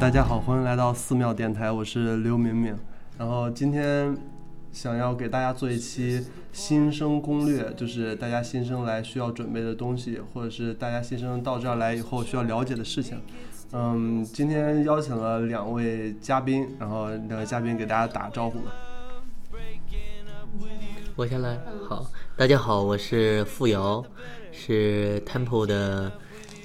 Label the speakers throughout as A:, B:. A: 大家好，欢迎来到寺庙电台，我是刘敏敏。然后今天想要给大家做一期新生攻略，就是大家新生来需要准备的东西，或者是大家新生到这儿来以后需要了解的事情。嗯，今天邀请了两位嘉宾，然后两位嘉宾给大家打招呼吧。
B: 我先来，好，大家好，我是付瑶，是 Temple 的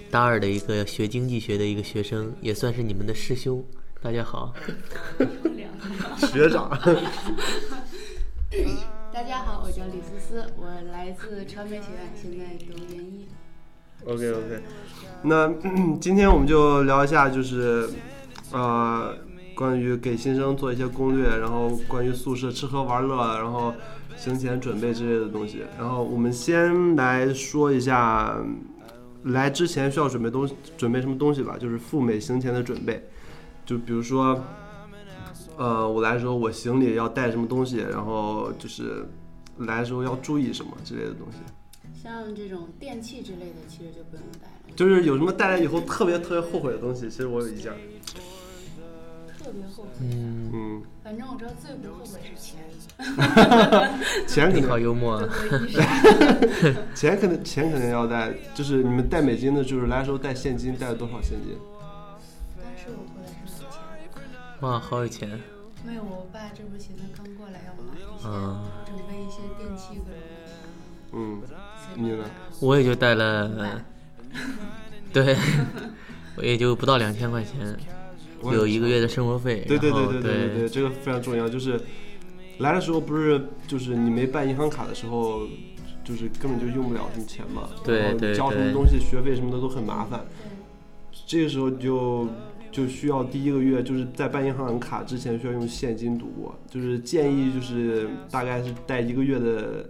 B: 大二的一个学经济学的一个学生，也算是你们的师兄。大家好，
A: 学长，
C: 大家好，我叫李思思，我来自传媒学院，现在读研一。
A: OK OK，那 嗯今天我们就聊一下，就是呃，关于给新生做一些攻略，然后关于宿舍吃喝玩乐，然后行前准备之类的东西。然后我们先来说一下，嗯来之前需要准备东准备什么东西吧，就是赴美行前的准备。就比如说，呃，我来的时候我行李要带什么东西，然后就是来的时候要注意什么之类的东西。
C: 像这种电器之类的，其实就不用带了。
A: 就是有什么带来以后特别特别后悔的东西，其实我有一件儿，
C: 特别后悔，
B: 嗯，
A: 嗯，
C: 反正我知道最不后悔是钱，
A: 钱肯
B: 你好
A: 定
B: 幽默
C: 就
B: 啊，
C: 和 衣裳。
A: 钱肯定钱肯定要带，就是你们带美金的，就是来的时候带现金，带了多少现金？
C: 当时我过来是没钱，
A: 嗯
B: 哇，好有钱，
C: 因为我爸这不是现在刚过来要买一些，
B: 嗯，
C: 准备一些电器各种东西。
A: 嗯，
C: 所以
A: 你呢？
B: 我也就 带了，对，我也就不到两千块钱，
A: 我
B: 有一个月的生活费，
A: 对对
B: 然
A: 对
B: 后
A: 对对对，这个非常重要。就是来的时候不是就是你没办银行卡的时候，就是根本就用不了什么钱嘛，
B: 对
A: 然后
B: 对
A: 交什么
B: 对
A: 东西学费什么的都很麻烦。这个时候就就需要第一个月就是在办银行卡之前需要用现金度过，就是建议就是大概是带一个月的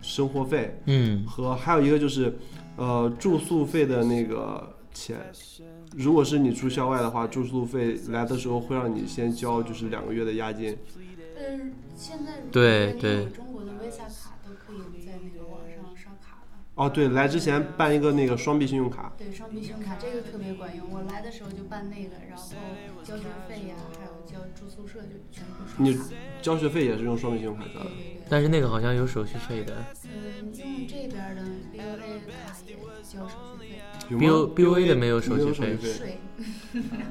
A: 生活费
B: 嗯，
A: 和还有一个就是呃住宿费的那个钱。如果是你住校外的话，住宿费来的时候会让你先交就是两个月的押金。
C: 呃，现在
B: 嗯对
C: 如果你有中国的 Visa 卡都可以在那个网上刷卡了。
A: 哦，对，来之前办一个那个双币信用卡。
C: 对，双币信用卡这个特别管用，我来的时候就办那个，然后交学费呀、还有交住宿舍就全部刷卡。
A: 你交学费也是用双币信用卡交
C: 对
A: 的。
C: 对对。
B: 但是那个好像有手续费的
C: 嗯，用这边的 BOA 卡也交手续费，
A: 有
B: ，B
A: 吗
B: O B O A 的没有手
A: 没
B: 续
A: 有手续
B: 费，
A: 费。
C: 税。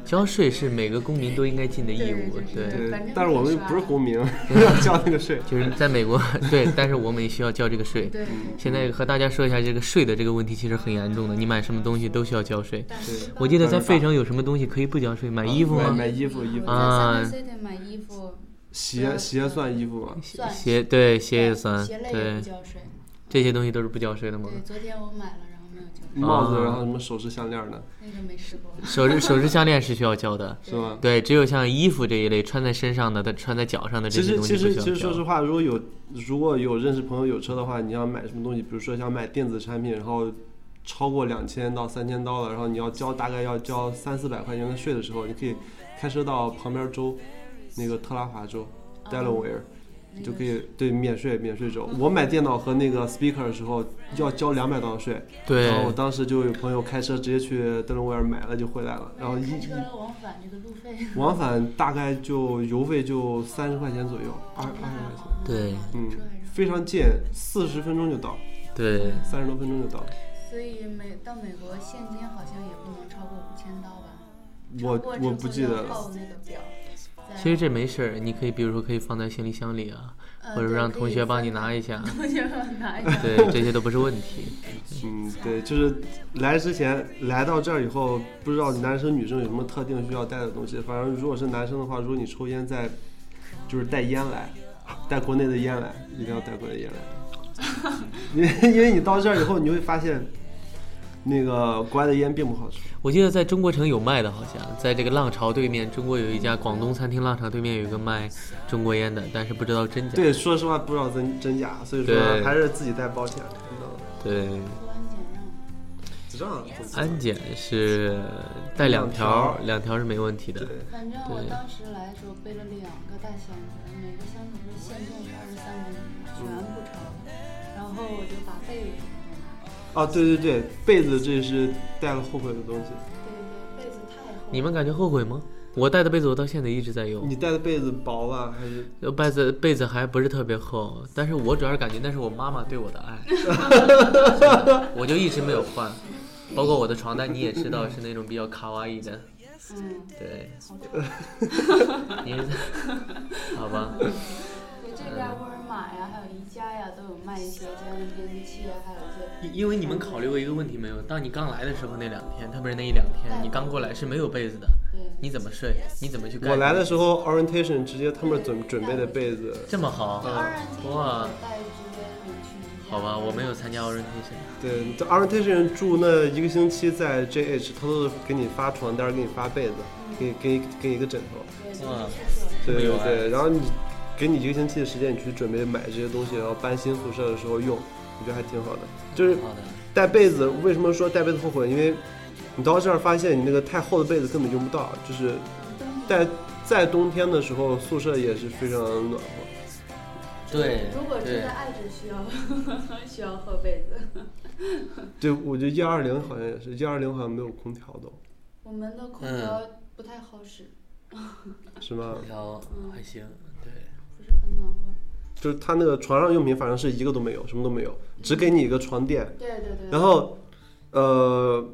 B: 交税是每个公民都应该尽的义务，
C: 对对
A: 对
C: 反正，
A: 但是我们
C: 可
A: 又
C: 以刷
A: 不是公 民， 要交那个税。
B: 就是在美国， 对，但是我们也需要交这个税。
C: 对对。
A: 嗯
B: 现在和大家说一下这个税的这个问题，其实很严重的。你买什么东西都需要交税。
C: 但是
B: 我记得在费城有什么东西可以不交税？买衣服
A: 嗯买
B: 吗？
A: 买衣服，衣服
C: 在
B: 啊
C: Summer City 买衣服啊
A: 鞋鞋算衣服吗？
C: 算
B: 鞋对鞋也算，
C: 鞋类也
B: 对
C: 不交税。
B: 这些东西都是不交税的吗？
C: 对，昨天我买了，然后没有交
B: 嗯
C: 税，
A: 帽子，然后什么首饰、项链呢？
C: 那个没试过。
B: 首饰首饰项链是需要交的，
A: 是
C: 嗯
A: 吗？
B: 对，只有像衣服这一类穿在身上的、穿在脚上的这
A: 其
B: 些
A: 实
B: 东
A: 其
B: 西
A: 实其
B: 不需
A: 实
B: 要
A: 说实
B: 交。
A: 话，如果有如果有认识朋友有车的话，你要买什么东西，比如说想买电子产品，然后超过两千到三千刀了，然后你要交大概要交三四百块钱的税的时候，你可以开车到旁边州，那个特拉华州
C: 哦
A: （Delaware）。
C: 那个
A: 就可以对免税免税州。我买电脑和那个 speaker 的时候要交两百刀的税，
B: 对
A: 然后我当时就有朋友开车直接去德隆威尔买了就回来了，然后一
C: 开
A: 一
C: 车往返这个路费，
A: 往返大概就邮费就三十块钱左右，二二十块钱，
B: 对
A: 嗯
C: 车还是
A: 非常近，四十分钟就到，
B: 对，
A: 三十多分钟就到。
C: 所以美到美国现金好像也不能超过五千刀吧？
A: 我
C: 超过之
A: 我
C: 后
A: 不记得
C: 要
A: 了，
C: 报那个表。在
B: 其实这没事儿，你可以比如说可以放在行李箱里啊，
C: 呃
B: 或者
C: 对
B: 让
C: 可
B: 同
C: 以
B: 学帮
C: 分
B: 你拿一下，
C: 同学帮我拿一下。
B: 对，这些都不是问题。
A: 嗯，对，就是来之前来到这儿以后，不知道男生女生有什么特定需要带的东西。反正如果是男生的话，如果你抽烟在，就是带烟来，带国内的烟来，一定要带国内烟来， 因为因为你到这儿以后，你会发现，那个国外的烟并不好抽。
B: 我记得在中国城有卖的，好像在这个浪潮对面，中国有一家广东餐厅，浪潮对面有一个卖中国烟的，但是不知道真假。
A: 对，说实话不知道真真假，所以说
B: 对
A: 还是自己带保险，你知道吗？
C: 公
B: 对
C: 安检让。
A: 这样子
B: 安检是带两
A: 两
B: 条，
A: 条
B: 两条是没问题的
A: 对。
C: 反正我
B: 对
C: 当时来的时候背了两个大箱子，每个箱子是限重是二十三公斤，全部超了。
A: 嗯
C: 然后我就把被子全都拿了。
A: 啊，对对对，被子这是带了后悔的东西。
C: 对对对，被子太厚了。
B: 你们感觉后悔吗？我带的被子我到现在一直在用
A: 你，带的被子薄吧？还是
B: 呃被子被子还不是特别厚，但是我主要是感觉那是我妈妈对我 的爱，我就一直没有换，包括我的床单你也知道是那种比较卡哇伊的，
C: 嗯，
B: 对，
C: 好丑。
B: 你 是好吧？
C: 对，这边沃尔玛呀，还有宜家呀，都有卖一些家用电器器啊，还有一些。
B: 因因为你们考虑过一个问题没有？当你刚来的时候那两天，特别是那一两天，你刚过来是没有被子的，
C: 对，
B: 你怎么睡？你怎么去盖被
A: 我
B: 子？
A: 来的时候 orientation 直接他们准准备的被子，
B: 这么好，
C: 当然这
B: 哇
C: 个带直接你去宜家。
B: 好吧，我没有参加 orientation。
A: 对，这 orientation 住那一个星期在 JH 偷偷的给你发床单，给你发被子，给给给一个枕头，
C: 对，就是
B: 哇
C: 宿舍。
A: 对
B: 没有
A: 对
B: 啊
A: 对，然后你给你一个星期的时间，你去准备买这些东西，然后搬新宿舍的时候用，我觉得还挺好的。就是
B: 好的，
A: 带被子，为什么说带被子后悔？因为你到这儿发现你那个太厚的被子根本用不到，就是在在冬天的时候宿舍也是非常暖和。
B: 对
C: 如果是
B: 对
C: 在，爱只需要需要厚被子。
A: 对，我觉得120好像也是，120好像没有空调都，
C: 我们的空调不太好使，
A: 是吗
B: 空？调
C: 嗯
B: 还行，对，
C: 不是很暖和。
A: 就是他那个床上用品，反正是一个都没有，什么都没有，只给你一个床垫，
C: 对对对。
A: 然后，呃，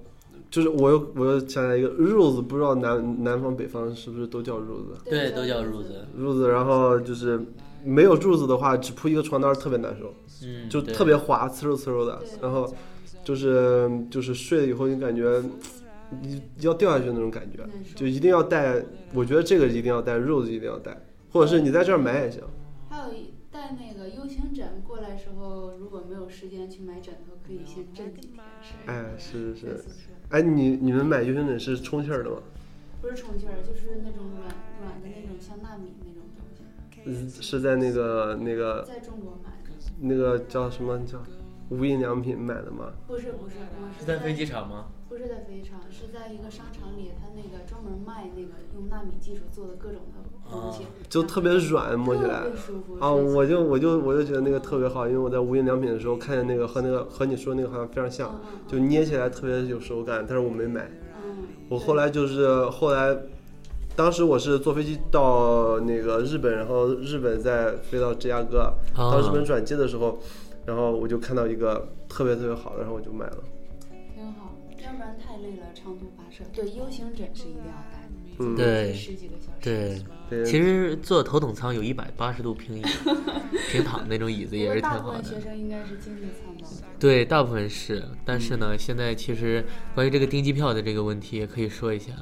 A: 就是我又我又想起来一个褥子，不知道南南方北方是不是都叫褥子？
B: 对都叫褥子。，
A: 褥子，然后就是没有褥子的话，只铺一个床单儿特别难受，
B: 嗯，
A: 就
B: 对
A: 特别滑，呲溜呲溜的
C: 对。
A: 然后就是就是睡了以后，你感觉你要掉下去的那种感觉
C: 难，受
A: 就一定要带。我觉得这个一定要带，褥子一定要带，或者是你在这儿买也行。
C: 还有一带那个 U 型枕过来时候，如果没有时间去买枕头，可以先枕几天睡。
A: 哎，是是
C: 睡
A: 是
C: 宿。舍
A: 哎，你你们买 U 型枕是充气儿的吗？
C: 不是充气儿，就是那种软软的那种像纳米那种东西，
A: 嗯，是在那个那个
C: 在中国买的。
A: 那个叫什么叫无印良品买的吗？
C: 不是不是，我
B: 是
C: 是
B: 在飞机，场吗？
C: 不是在飞机场，是在一个商场里，他那个专门卖那个用纳米技术做的各种的东西，
A: 啊就特别软，摸起来
C: 特别舒服
A: 啊！
C: 是
A: 我就我就
C: 嗯
A: 我就觉得那个特别好，因为我在无印良品的时候看见那个和那个和你说那个好像非常像
C: 嗯嗯，嗯
A: 就捏起来特别有手感，但是我没买。
C: 嗯，
A: 我后来就是后来，当时我是坐飞机到那个日本，然后日本再飞到芝加哥，
B: 啊
A: 到日本转机的时候，然后我就看到一个特别特别好的，然后我就买了。
C: 挺好，要不然太累了，长途跋涉。对，U 型枕是一定要带的，
A: 嗯
B: 对
C: 十几个小时。
B: 对，
A: 对
B: 其实坐头等舱有一百八十度平椅， 平躺那种椅子也
C: 不
B: 是
C: 过
B: 挺
C: 大部
B: 好
C: 分学
B: 的。
C: 生应该是经济舱吧？
B: 对，大部分是，但是呢，现在其实关于这个订机票的这个问题也可以说一下。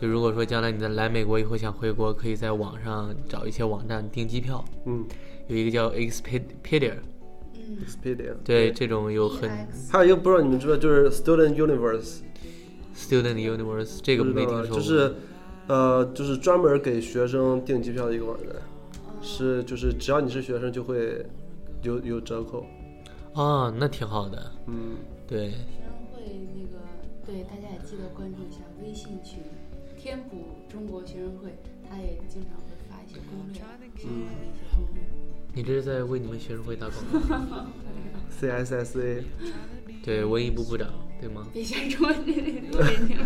B: 就如果说将来你在来美国以后想回国，可以在网上找一些网站订机票，
A: 嗯
B: 有一个叫 Expedia，
C: 嗯，
A: ，Expedia。
B: 对，这种有很
C: EX
A: 还有一个不知道你们知不知道，就是 Student Universe。
B: Student Universe 这个
A: 不知
B: 没
A: 道
B: 听
A: 啊
B: 说过，
A: 就是，呃，就是专门给学生订机票的一个网站，
C: 嗯
A: 是就是只要你是学生就会有有折扣，
B: 哦，那挺好的，
A: 嗯，
B: 对，
C: 学生会那个，对大家也记得关注一下微信群“天普中国学生会”，他也经常会发一些攻略，相关的一些攻略。
B: 你这是在为你们学生会打广 告，
A: CSSA，
B: 对，文艺部部长对 吗？
C: 别瞎说，这里录给你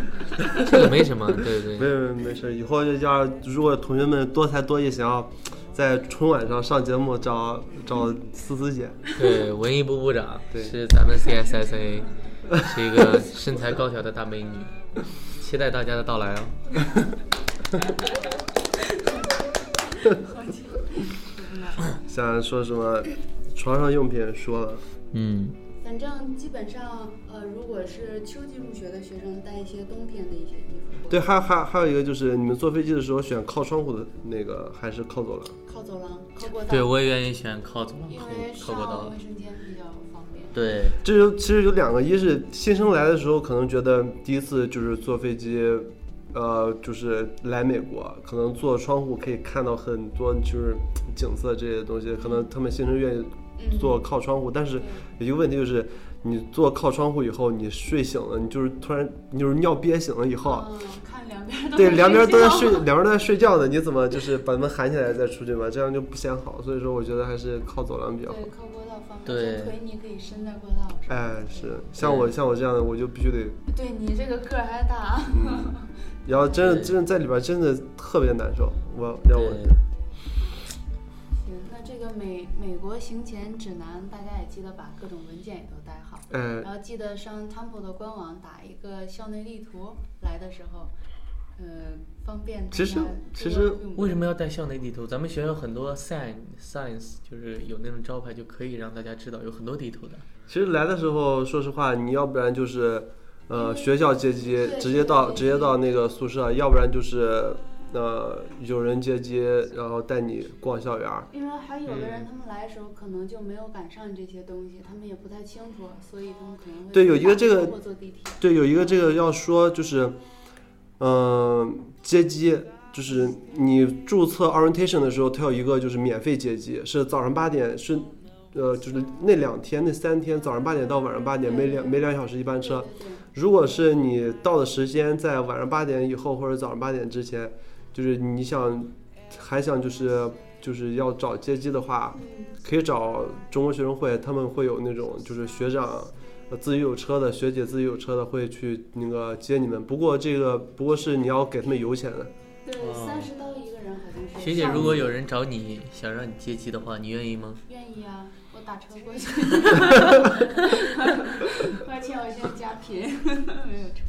B: 这个没什么，对对
A: 没有没有没事，以后要如果同学们多才多艺，想要在春晚上上节目找找思思姐，
B: 对，文艺部部长
A: 对
B: 是咱们 CSSA，是一个身材高挑的大美女，期待大家的到来哦。
A: 想说什么床上用品说了，
B: 嗯，
C: 反正基本上，呃，如果是秋季入学的学生，带一些冬天的一些衣服，
A: 对，，还有还有还有一个就是你们坐飞机的时候选靠窗户的那个还是靠走廊？
C: 靠走廊，靠过道，
B: 对，我也愿意选靠左
C: 因为
B: 靠过
C: 上
B: 道
C: 卫。生间比较方便。
B: 对，
A: 这就其实有两个，一是新生来的时候可能觉得第一次就是坐飞机，呃，就是来美国，可能坐窗户可以看到很多就是景色这些东西，可能他们新生愿
C: 嗯
A: 意坐靠窗户，但是有一个问题就是。你坐靠窗户以后，你睡醒了，你就是突然你就是尿憋醒了以后，
C: 嗯，看两边边都
A: 对，
C: 在
A: 两边都在
C: 觉
A: 睡，两边都在睡觉呢，你怎么就是把门喊起来再出去嘛？这样就不显好。所以说，我觉得还是靠走廊比较好。
C: 对，靠过道方便，
B: 对
C: 这腿你可以伸在过道上。
A: 哎，是像我
B: 对
A: 像我这样的，我就必须得，
C: 对你这个个儿还大，啊
A: 嗯，然后真的
B: 对
A: 真的在里边真的特别难受。我要我
B: 对
C: 行，那这个美美国行前指南，大家也记得把各种文件也都带好，
A: 哎
C: 然后记得上 Temple 的官网打一个校内地图，来的时候，呃，方便大家
A: 其实
C: 多
A: 其实
C: 用
B: 为什么要带校内地图？咱们学校有很多 sign signs，就是有那种招牌，就可以让大家知道有很多地图的。
A: 其实来的时候，说实话，你要不然就是，呃，学校接机
C: 嗯对
A: 直接到
C: 学校接机
A: 直接到那个宿舍，要不然就是，呃，有人接机，然后带你逛校园儿。
C: 因为还有的人
A: 嗯
C: 他们来的时候可能就没有赶上这些东西，他们也不太清楚，所以他们可能会
A: 对有一个这个
C: 坐坐地铁，
A: 对，有一个这个要说就是，嗯、接机就是你注册 orientation 的时候，它有一个就是免费接机，是早上八点是。呃，就是那两天、那三天，早上八点到晚上八点，每两每两小时一班车。
C: 对
A: 如果是你到的时间在晚上八点以后或者早上八点之前，就是你想还想就是就是要找接机的话，
B: 哦
A: 可以找中国学生会，他们会有那种就是学长。呃自己有车的学姐，自己有车的会去那个接你们。不过这个不过是你要给他们油钱的，
C: 对对，
B: 哦
C: 三十刀一个人好像是。
B: 学姐，如果有人找你想让你接机的话，你愿意吗？
C: 愿意啊，我打车过 去。抱歉，我现在家贫，没有车。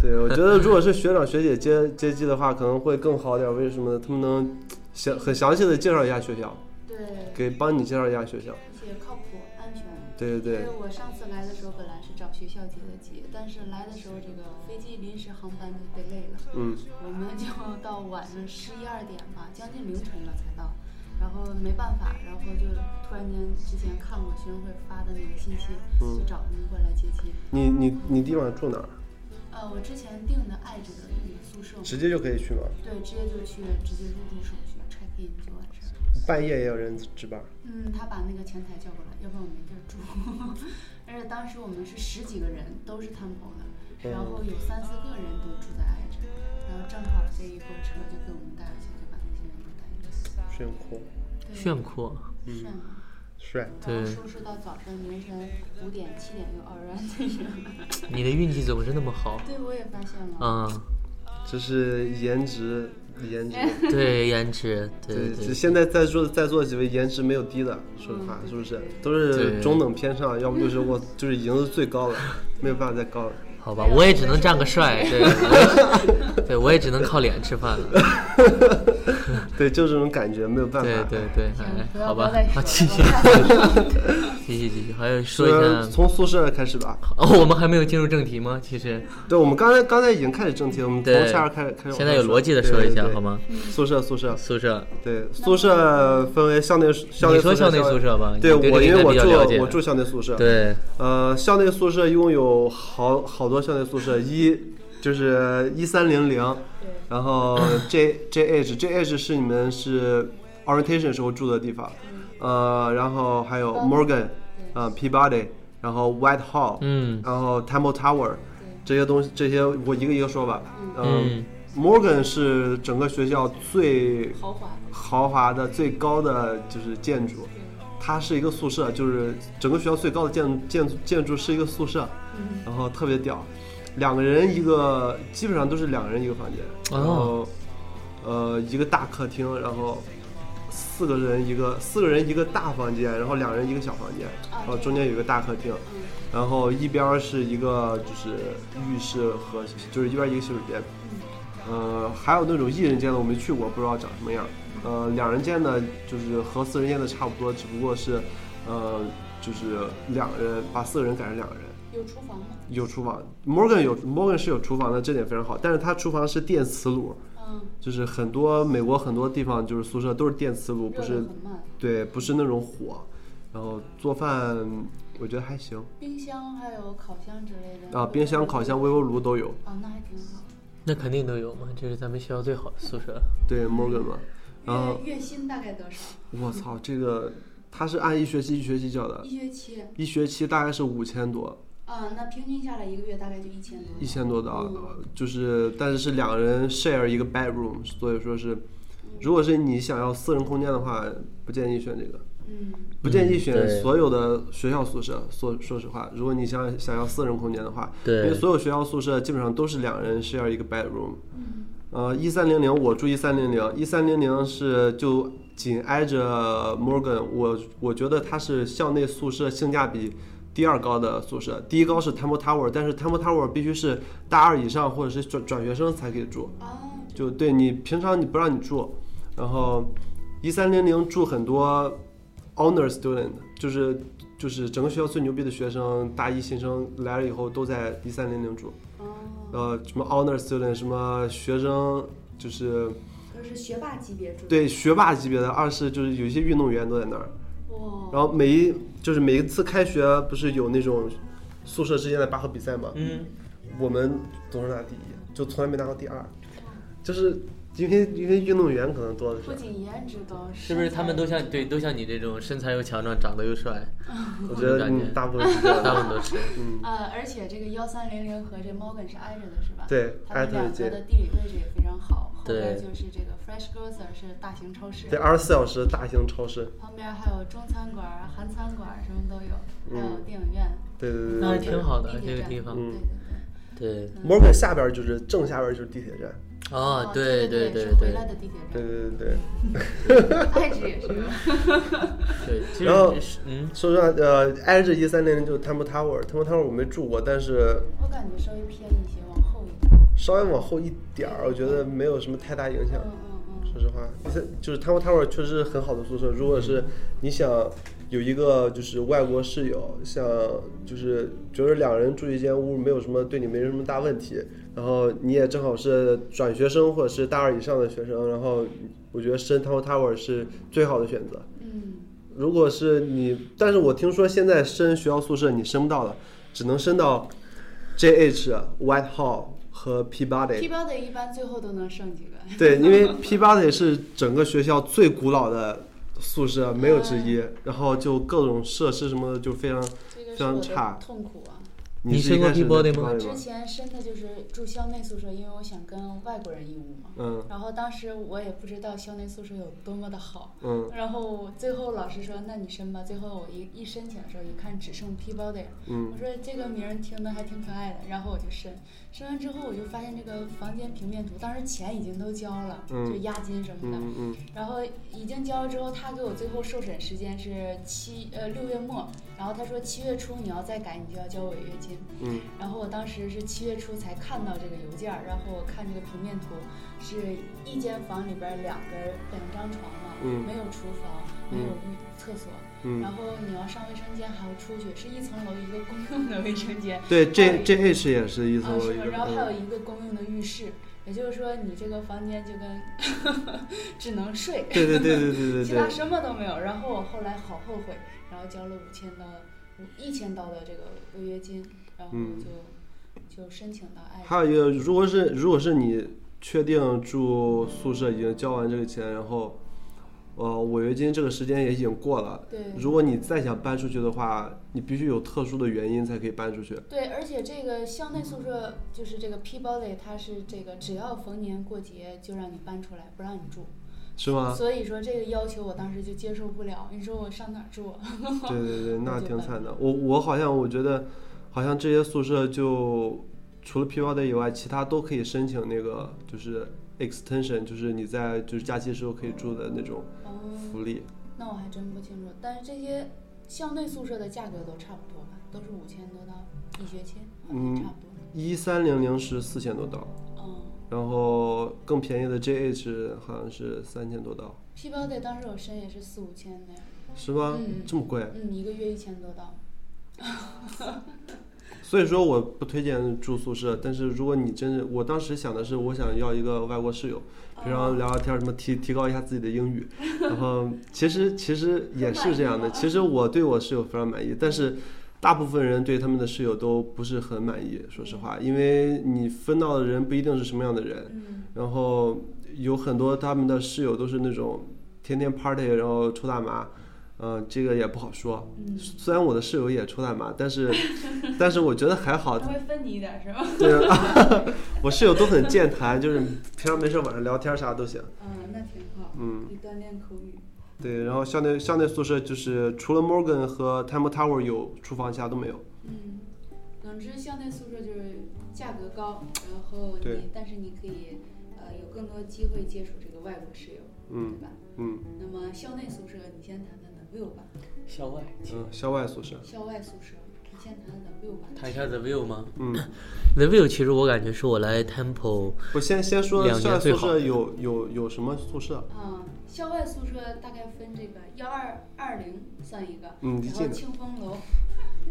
A: 对，我觉得如果是学长学姐接接机的话，可能会更好点。为什么呢？他们能详很详细的介绍一下学校，
C: 对，
A: 给帮你介绍一下学校。
C: 而且靠谱、安全。
A: 对对对
C: 因为我上次来的时候本来是找学校接的机，但是来的时候这个飞机临时航班就 delay 了。
A: 嗯，
C: 我们就到晚上十一二点吧，将近凌晨了才到，然后没办法，然后就突然间之前看过学生会发的那个信息，就找他们过来接机。
A: 你你你地方住哪儿？
C: 呃，我之前订的爱这个那个宿舍嘛，
A: 直接就可以去吗？
C: 对，直接就去直接入住手续，check in 就完事儿。
A: 半夜也有人值班。
C: 嗯，他把那个前台叫过来，要不然我没地儿住。 而且当时我们是十几个人，都是 temple 的，然后有三四个人都住在爱这，然后正好这一波车就给我们带过去，就把那些人都带过去。
A: 炫酷，
C: 对
B: 炫酷，
C: 炫嘛，
A: 帅。
C: 然后
B: 对
C: 收拾到早上凌晨五点、七点又 already 了。
B: 你的运气总是那么好。
C: 对，我也发现了。
B: 嗯，
A: 这是颜值，颜值。
B: 对，颜值， 对
A: 对，
B: 对嗯
A: 现在在座在座几位颜值没有低的，说实话，是不是？都是
B: 对
A: 中等偏上，要不就是 我就是已经是最高了，没有办法再高了。
B: 好吧，啊我也只能站个帅，对，我也对我也只能靠脸吃饭了，
A: 对，就这种感觉，没有办
B: 对
A: 法。
B: 对对，
C: 不
B: 哎，
C: 要
B: 好
C: 不
B: 吧
C: 要再，说
B: 好，
C: 了
B: 继续， 继续，继续，还有说一下，
A: 呃从宿舍开始吧。
B: 哦，我们还没有进入正题吗？其实，
A: 对，我们刚才刚才已经开始正题了，我们从
B: 对
A: 下边开始开始。
B: 现在有逻辑的说一下好吗？
A: 对对对宿舍，宿舍，
B: 宿舍，
A: 对，宿舍分为校内校内
B: 你说校内
A: 校
B: 宿舍吧
A: 对
B: 你对
A: 我，
B: 这
A: 因为
B: 个应该
A: 我
B: 比较
A: 住
B: 了解
A: 我住校内宿舍。，
B: 对，
A: 呃，校内宿舍一共有好好多校内宿舍，一就是一三零零，然 后 J J H J H 是你们是 orientation 时候住的地方，呃，然后还有 Morgan，呃 Peabody，然后 Whitehall，
B: 嗯
A: 然后 Temple Tower，这些东西这些我一个一个说吧，呃
B: 嗯
A: ，Morgan 是整个学校最
C: 豪华，
A: 豪华的最高的就是建筑，它是一个宿舍，就是整个学校最高的建建建筑是一个宿舍，
B: 嗯
A: 然后特别屌，两个人一个，基本上都是两个人一个房间，然后呃一个大客厅，然后四个人一个四个人一个大房间，然后两人一个小房间，然后中间有一个大客厅，
C: 嗯
A: 然后一边儿是一个就是浴室和就是一边儿一个洗手间。呃，还有那种一人间的我没去过，不知道长什么样。呃，两人间的，就是和四人间的差不多，只不过是，呃，就是两个人把四个人改成两个人，
C: 有厨房吗？
A: 有厨房。Morgan 有 Morgan 是有厨房的，这点非常好，但是他厨房是电磁炉，
C: 嗯，
A: 就是很多美国很多地方就是宿舍都是电磁炉，
C: 热
A: 不
C: 得
A: 是
C: 很慢。
A: 对，不是那种火。然后做饭我觉得还行
C: 冰箱还有烤箱之类的。
A: 啊，冰箱、烤箱、微波炉都有。
C: 啊，那还挺好。
B: 那肯定都有嘛，这是咱们学校最好的宿舍。
A: 对 Morgan 嘛，然后
C: 月月薪大概多少？
A: 我操，这个他是按一学期一学期交的，
C: 一学期。
A: 一学期大概是五千多，
C: 嗯，那平均下来一个月大概就一千多。
A: 一千多刀
C: 嗯，
A: 就是但是是两个人 share 一个 bedroom，所以说是，如果是你想要私人空间的话，不建议选这个，
C: 嗯，
A: 不建议选
B: 对
A: 所有的学校宿舍。说说实话，如果你想想要私人空间的话，因为
B: 对，
A: 所有学校宿舍基本上都是两人 share 一个 bedroom。呃，
C: 嗯
A: 一三零零我住一三零零，一三零零是就紧挨着 Morgan，我我觉得它是校内宿舍性价比第二高的宿舍，第一高是 Temple Tower，但是 Temple Tower 必须是大二以上或者是转转学生才可以住，
C: 哦，
A: 就对你平常你不让你住，然后一三零零住很多 honor student，就是就是整个学校最牛逼的学生，大一新生来了以后都在一三零零住。
C: 哦，
A: 呃，什么 honor student，什么学生，就是
C: 都是学霸级别住。，
A: 对学霸级别的；二是就是有一些运动员都在那儿。
C: 哇，
A: 然后每一就是每一次开学不是有那种宿舍之间的拔河比赛吗？
B: 嗯，
A: 我们总是拿第一，就从来没拿过第二，就是因为因为运动员可能多的是
C: 不，仅颜值高，
B: 是不是他们都像对都像你这种身材又强壮、长得又帅，
A: 我觉得
B: 感觉
A: 嗯大部分是这样
B: 大部
A: 的。
B: 分都是。
A: 嗯，
C: 呃，而且这个幺三零零和这 Morgan 是挨着的，是吧？
A: 对
C: 他
A: 挨
C: 们
A: 得
C: 两
A: 很近
C: 个的地理位置也非常好。后
B: 对
C: 边就是这个 Fresh Grocer 是大型超市，
A: 对，二十四小时大型超市，
C: 旁边还有中餐馆、韩餐馆，什么都有，还有电影院、
A: 对对对
B: 那
A: 对
B: 还
C: 地
A: 对。
C: 铁
B: 挺好的
C: 站
B: 这个地方
A: 嗯
C: 对对对。
B: 对，
A: Morgan 下边就是正下边就是地铁站，
B: 哦，
C: 对对
B: 对对
C: 是回
B: 对
C: 来的地铁
A: 对对对对。
C: 站，爱知也是。
B: 对，其
A: 然后
B: 实是嗯，
A: 说实话，呃，挨着一三零零就是 Temple Tower，Temple Tower 我没住过，但是
C: 我感觉稍微偏一些，往后一点。
A: 稍微往后一点儿，我觉得没有什么太大影响
C: 嗯。嗯嗯。
A: 说实话，一三就是 Temple Tower 确实是很好的宿舍。如果是你想有一个就是外国室友，想就是觉得两人住一间屋没有什么对你没什么大问题，然后你也正好是转学生或者是大二以上的学生，然后我觉得申 Temple Tower 是最好的选择。
C: 嗯，
A: 如果是你，但是我听说现在申学校宿舍你申不到了，只能申到 JH、Whitehall 和
C: P
A: Peabody。
C: 标的一般最后都能剩几个。
A: 对，因为 Peabody 是整个学校最古老的宿舍，没有之
C: 嗯
A: 一。然后就各种设施什么的就非常，
C: 这个
A: 非
C: 是我
A: 常差
C: 的痛苦啊！
B: 你
A: 是一开始
B: 申过 Peabody 吗
A: 在 Peabody
C: 之前申的就是住校内宿舍，因为我想跟外国人一屋嘛。
A: 嗯
C: 然后当时我也不知道校内宿舍有多么的好，
A: 嗯
C: 然后最后老师说那你申吧。最后我一一申请的时候，一看只剩 P 包的，
A: 嗯
C: 我说这个名儿听的还挺可爱的，然后我就申。申完之后我就发现这个房间平面图，当时钱已经都交了，
A: 嗯
C: 就押金什么的。
A: 嗯嗯
C: 然后已经交了之后，他给我最后受审时间是七呃六月末，然后他说七月初你要再改，你就要交违约金。
A: 嗯
C: 然后我当时是七月初才看到这个邮件儿，然后我看这个平面图，是一间房里边儿两个两张床嘛，
A: 嗯
C: 没有厨房，没有浴厕所，
A: 嗯
C: 然后你要上卫生间还要出去，是一层楼一个公用的卫生间，
A: 对
C: 还有
A: ，J
C: 一
A: JH 也是 一层
C: 啊，
A: 楼
C: 是
A: 一
C: 吗
A: 个？
C: 然后还有
A: 嗯。
C: 一个公用的浴室，也就是说你这个房间就跟 只能睡，
A: 对对对对对对
C: 其他
A: 对。
C: 什么都没有。然后我后来好后悔，然后交了五千刀，五一千刀的这个违约金，然后
A: 嗯
C: 就、就申请到爱。
A: 还有一个，如果是如果是你确定住宿舍已经交完这个钱，然后，呃，违约金这个时间也已经过了，
C: 对
A: 如果你再想搬出去的话，你必须有特殊的原因才可以搬出去。
C: 对，而且这个校内宿舍就是这个 P 包类，它是这个只要逢年过节就让你搬出来，不让你住。
A: 是吗？
C: 所以说这个要求我当时就接受不了。你说我上哪儿住啊？
A: 对对 对，那
C: 我觉
A: 挺
C: 得
A: 惨的。我我好像我觉得，好像这些宿舍就除了皮包的以外，其他都可以申请那个就是 extension，就是你在就是假期时候可以住的那种
C: 哦，
A: 福利。
C: 那我还真不清楚。但是这些校内宿舍的价格都差不多吧，都是五千多到一学期，好像
A: 嗯
C: 差不多。
A: 一三零零是四千多刀。
C: 嗯。
A: 然后更便宜的 JH 好像是三千多刀，
C: 皮包的当时我申也是四五千的，
A: 是吗？
C: 嗯
A: 这么贵，啊
C: 嗯，一个月一千多刀。
A: 所以说我不推荐住宿舍。但是如果你真是，我当时想的是，我想要一个外国室友，平常聊聊天儿，什么提提高一下自己的英语。然后其实其实也是这样的，其实我对我室友非常满意，但是。大部分人对他们的室友都不是很满意，说实话，因为你分到的人不一定是什么样的人，
C: 嗯，
A: 然后有很多他们的室友都是那种天天 party，然后抽大麻，嗯、这个也不好说。
C: 嗯，
A: 虽然我的室友也抽大麻，但是 但是我觉得还好
C: 他，会分你一点是吧？
A: 对啊， 我室友都很健谈，就是平常没事晚上聊天啥都行。
C: 嗯，那挺好，
A: 嗯，
C: 你锻炼口语。
A: 对，然后校内校内宿舍就是除了 Morgan 和 Time Tower 有厨房，其他都没有。
C: 嗯，总之校内宿舍就是价格高，然后
A: 对
C: 你但是你可以呃有更多机会接触这个外国室友，
A: 嗯
C: 对吧？
A: 嗯
C: 那么校内宿舍你先谈谈 The View 吧，
B: 校外，
A: 嗯，校外宿舍，
C: 校外宿舍你先谈谈 The View 吧。
B: 谈一下 The View 吗
A: 嗯，
B: ？The View 其实我感觉是我来 Temple
A: 我先先说
B: 两
A: 校
B: 年
A: 外
B: 最
A: 宿
B: 好
A: 舍
B: 的
A: 有有有什么宿舍？
C: 啊、校外宿舍大概分这个幺二二零算一个，
A: 嗯离
C: 然
A: 近
C: 后
A: 的
C: 庆丰楼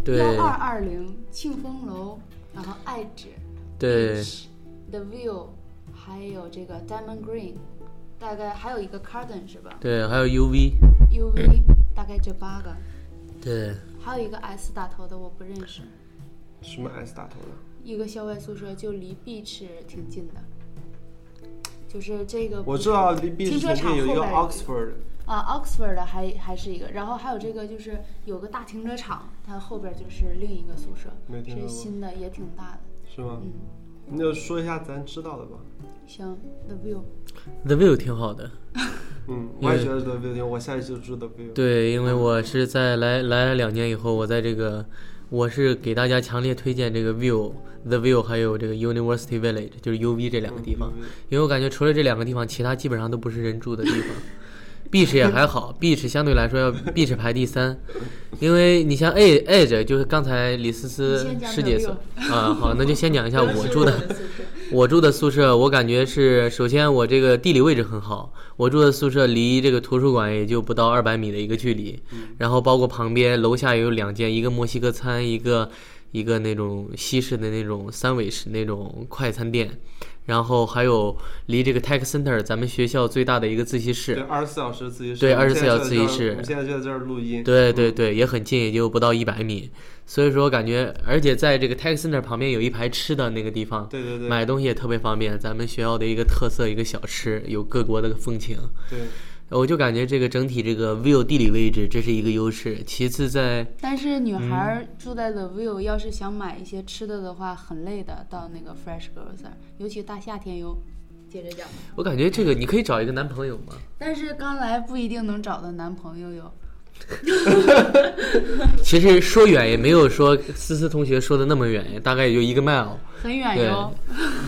B: 对
C: 幺二二零庆丰楼，然后爱址
B: 对
C: The View，还有这个 Diamond Green，大概还有一个 Garden 是吧
B: 对，还有 UV，
C: ？UV
A: 嗯
C: 大概这八个，
B: 对，
C: 还有一个 S 打头的我不认识。
A: 什么 S 打头的？
C: 一个校外宿舍就离 beach 挺近的，就是这个
A: 我知道离 B
C: 停
A: 是
C: 车
A: 旁
C: 场
A: 边有一个
C: 后边
A: Oxford，
C: 啊 Oxford 的还还是一个，然后还有这个就是有个大停车场，它后边就是另一个宿舍
A: 没，听说过
C: 是新的也挺大的。
A: 是吗？
C: 嗯，
A: 那就说一下咱知道的吧。
C: 行，The View。
B: The View 挺好的，
A: 嗯，我也觉得 The View，我下一次就住 The View。
B: 对，因为我是在来来两年以后，我在这个我是给大家强烈推荐这个 View、The View，还有这个 University Village，就是 UV 这两个地方，
A: 嗯
B: 因为我感觉除了这两个地方，其他基本上都不是人住的地方。Beach 也还好，Beach 相对来说要 Beach 排 第三，因为你像 A Edge 就是刚才李思思
C: 你先讲
B: 师姐
C: The
B: 所
C: View
B: 啊，好，那就先讲一下我住的
C: 当时我宿舍
B: 我住的宿舍，我感觉是首先我这个地理位置很好，我住的宿舍离这个图书馆也就不到二百米的一个距离，然后包括旁边楼下也有两间，一个墨西哥餐，一个一个那种西式的那种三尾式那种快餐店，然后还有离这个 Tech Center 咱们学校最大的一个自习室
A: 对，，二十四小时自习室。
B: 对
A: 我们现在
B: 24
A: 就在
B: 小时自习
A: 这儿
B: 室
A: 我们现在就在这儿录音。
B: 对对对，也很近，也就不到一百米，所以说感觉，而且在这个 Tech Center 旁边有一排吃的那个地方，
A: 对对对
B: 买东西也特别方便。咱们学校的一个特色一个小吃，有各国的风情，
A: 对，
B: 我就感觉这个整体这个 view 地理位置这是一个优势。其次在
C: 但是女孩儿住在 The
A: 嗯
C: View，、要是想买一些吃的的话，很累的。到那个 Fresh Girls，那儿尤其大夏天哟。接着讲，
B: 我感觉这个你可以找一个男朋友嘛，
C: 但是刚来不一定能找到男朋友哟。
B: 其实说远也没有说思思同学说的那么远，大概也就一个 mile，
C: 很远哟，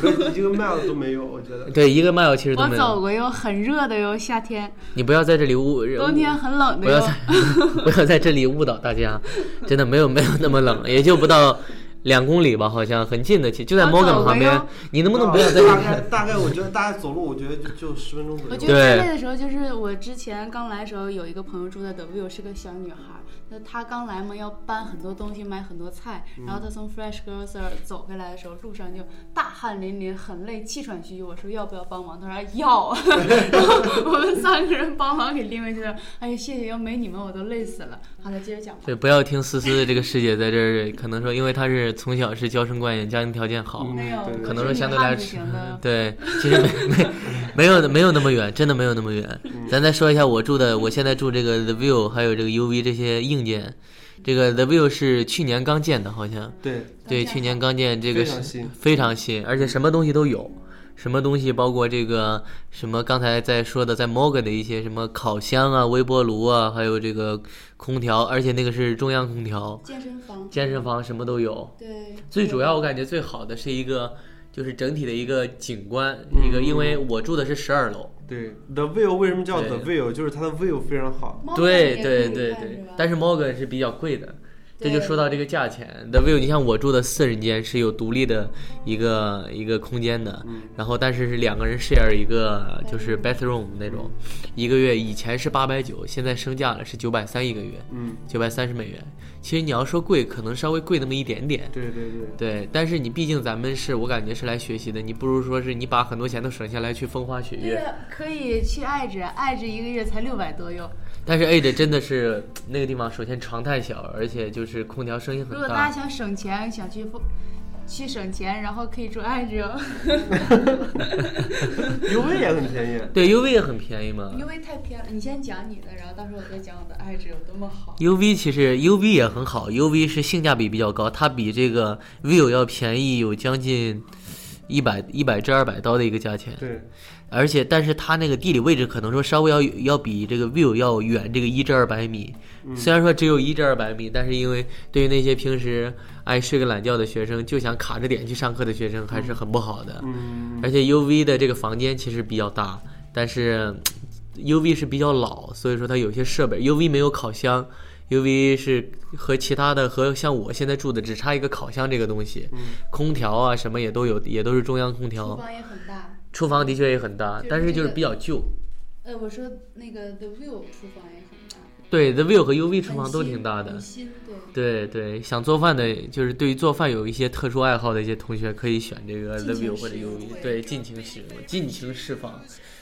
A: 不是一个 mile 都没有，我觉得。
B: 对，一个 mile 其实都
C: 我
B: 没
C: 走
B: 有。
C: 过哟，很热的哟，夏天、
B: 你不要在这里误
C: 冬天很冷
B: 不
C: 的
B: 要
C: 哟
B: 在。 不要在这里误导大家，真的没有没有那么冷，也就不到两公里吧，好像很近的，其实就在
C: 我走
B: Morgan
C: 过
B: 旁边
C: 哟。
B: 你 能不能不要在这
A: 大概
B: 里？
A: 大概，我觉得大概走路，我觉得就就十分钟左
C: 我
A: 右
C: 觉。
B: 对
C: 得最累的时候就是我之前刚来的时候，有一个朋友住在 The View，是个小女孩儿。那她刚来嘛，要搬很多东西，买很多菜。然后她从 Fresh Girls 那儿走回来的时候，路上就大汗淋漓，很累，气喘吁吁。我说要不要帮忙？她说 要。 然后我们三个人帮忙给拎回去了。哎呀，谢谢，要没你们我都累死了。好了，接着讲吧。
B: 对，不要听思思这个师姐在这儿，可能说因为她是从小是娇生惯养，家庭条件好，
A: 嗯
C: 没有
A: 对，对
B: 可能说相对来说嗯
C: 我是女汉子型的，
B: 对，其实没没没有没有那么远，真的没有那么远。咱再说一下我住的，我现在住这个 The View 还有这个 UV 这些硬件，这个 The View 是去年刚建的，好像。
A: 对，
B: 对，去年刚建这个
A: 非常
B: 是
A: 新
B: 非常新，而且什么东西都有，什么东西包括这个什么刚才在说的在 Morgan 的一些什么烤箱啊、微波炉啊，还有这个空调，而且那个是中央空调，
C: 健身房，
B: 健身房什么都有。
C: 对，
B: 最主要我感觉最好的是一个就是整体的一个景观，一
C: 嗯
B: 个因为我住的是十二
C: 哦
B: 楼，
A: 对，The View 为什么叫
B: 对
A: The View？就是它的 view 非常好。
C: 猫眼
B: 对
C: 也
B: 对
C: 可以
B: 对
C: 看
B: 对
C: 吧，
B: 但是 Morgan 是比较贵的。这
C: 对
B: 就说到这个价钱。The View，你像我住的四人间是有独立的一个一个空间的，
C: 嗯
B: 然后但是是两个人 share 一个就是 bathroom 那种，
C: 嗯
B: 一个月以前是八百九，现在升价了是九百三一个月，
A: 嗯，
B: 九百三十美元。其实你要说贵，可能稍微贵那么一点点。
A: 对对对。
B: 对，但是你毕竟咱们是我感觉是来学习的，你不如说是你把很多钱都省下来去风花雪
C: 对啊
B: 月。
C: 呀，可以去爱知，爱知一个月才六百多哟。
B: 但是 A 的真的是那个地方，首先床太小，而且就是空调声音
C: 如
B: 很
C: 果大
B: 大
C: 家。想省钱，想去风去省钱，然后可以住爱着。
A: U V 也很便宜。
B: 对，U V 也很便宜嘛。
C: 因为太偏了，你先讲你的，然后到时候我再讲我的爱着有多么好。
B: U V 其实 U V 也很好，U V 是性价比比较高，它比这个 vivo 要便宜有将近一百一百至二百刀的一个价钱。
A: 对，
B: 而且，但是它那个地理位置可能说稍微要要比这个 view 要远这个一至二百米，虽然说只有一至二百米，但是因为对于那些平时爱睡个懒觉的学生，就想卡着点去上课的学生，还是很不好的。
A: 嗯，
B: 而且 UV 的这个房间其实比较大，但是嗯 UV 是比较老，所以说它有些设备 UV 没有烤箱，UV 是和其他的和像我现在住的只差一个烤箱这个东西，空调啊什么也都有，也都是中央空
C: 厨
B: 调。
C: 房也很大。
B: 厨房的确也很大
C: 就，是
B: 但是
C: 这
B: 就是
C: 个
B: 比较旧。
C: 呃，我说那个 The View 厨房也很大，
B: 对，The View 和 UV
C: 很
B: 厨房都挺大
C: 新
B: 的
C: 很。新对。
B: 对对，想做饭的，就是对于做饭有一些特殊爱好的一些同学，可以选这个 The
C: 尽情
B: View 或者
C: 使用
B: UV。对，尽情使用，尽情释放。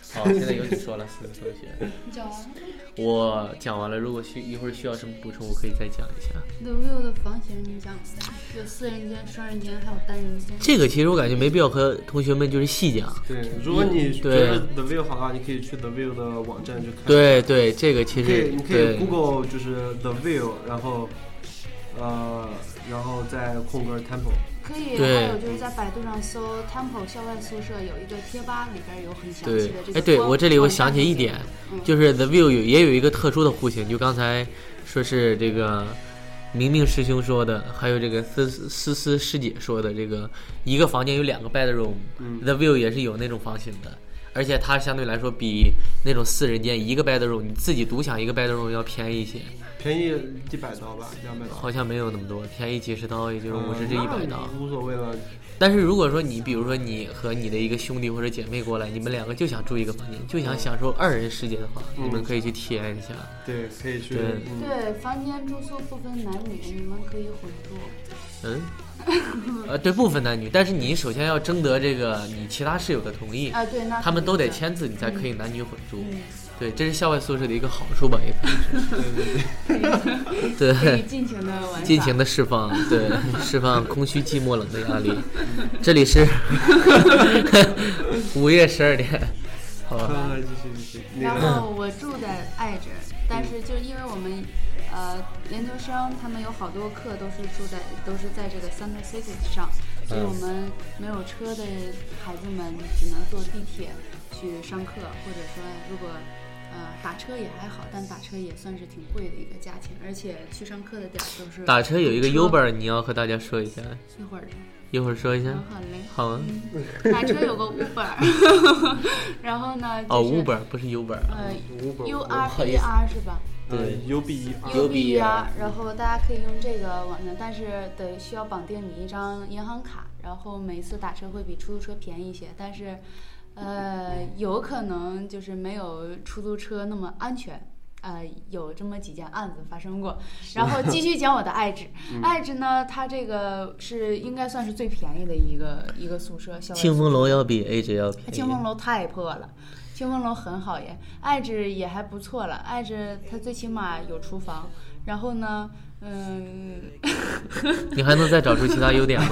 B: 好，现在由你说了，四个同学。
C: 你讲完了吗
B: 我讲完了，如果需一会儿需要什么补充，我可以再讲一下。
C: The View 的房型你讲一下，有四人间、双人间，还有单人间。
B: 这个其实我感觉没必要和同学们就是细讲。
A: 对，如果你觉
B: 嗯对
A: 得 The View 好看，你可以去 The View 的网站去看。，
B: 对对，这个其
A: 你可
B: 实
A: 以你可以
B: 对
A: Google 就是 The View，然后呃，然后再空格 Temple。
C: 可以，
B: 对
C: 还有就是在百度上搜 Temple 校外宿舍，有一个贴吧，里边有很详细
B: 对
C: 的这。个。
B: 哎，对我这里我想起一点，，
C: 嗯、
B: 就是 The View 有也有一个特殊的户型，就刚才说是这个明明师兄说的，还有这个思思思师姐说的，这个一个房间有两个 bedroom，The、
A: 嗯
B: View 也是有那种房型的，而且它相对来说比那种四人间一个 bedroom 你自己独享一个 bedroom 要便宜一些，
A: 便宜一百刀吧，两百刀。
B: 好像没有那么多，便宜几十刀，也就是
A: 嗯
B: 五十至一百刀。
A: 无所谓了。
B: 但是如果说你，比如说你和你的一个兄弟或者姐妹过来，你们两个就想住一个房间，就想享受二人世界的话，
A: 嗯
B: 你们可以去体验一下。
A: 对，可以去。
B: 对
A: 嗯
C: 对房间住宿不分男女，你们可以混住。
B: 嗯， 呃，对，不分男女，但是你首先要征得这个你其他室友的同意，
A: 嗯
C: 啊，对，那
B: 他们
C: 肯定
B: 都得
C: 的。
B: 签字，你才可以男女混住。
C: 嗯，
B: 对，这是校外宿舍的一个好处吧，也可
A: 对对对，
B: 以
C: 可以
B: 对。
C: 尽情的玩耍。
B: 尽情的释放，对， 释放空虚、寂寞、冷的压力。这里是 午夜十二点，好吧？
A: 啊，继续继续。那
C: 然
A: 个，
C: 后我住在爱着，但是就因为我们，呃，研究生他们有好多课都是住在都是在这个 Center City 上，所
B: 嗯
C: 以我们没有车的孩子们只能坐地铁去上课，或者说如果。呃，打车也还好，但打车也算是挺贵的一个价钱，而且去上课的点儿都是
B: 打车有一个
C: 车
B: Uber，你要和大家说一下，
C: 一会儿，
B: 一会儿说一下
C: 然，后很累，
B: 好吗？
C: 打车有个 Uber，然 后呢，
B: 哦
C: 就是
B: ，Uber 不是 Uber，啊
C: 呃
A: 五本
C: U
B: 不
C: R
B: 好
C: E
B: 意思
C: R 是吧？
A: 呃 U B E R，
B: 有笔
C: 啊
B: 啊，
C: 然后大家可以用这个网站，但是得需要绑定你一张银行卡，然后每次打车会比出租车便宜一些，但是，呃，有可能就是没有出租车那么安全。呃，有这么几件案子发生过，然后继续讲我的爱知。爱知呢，它这个是应该算是最便宜的一个一个宿舍，校外宿舍
B: 庆丰楼要比 A 值要
A: 哎
B: 便宜。
C: 清风楼太破了，清风楼很好耶，爱知也还不错了，爱知它最起码有厨房，然后呢，嗯，
B: 你还能再找出其他优点 吗？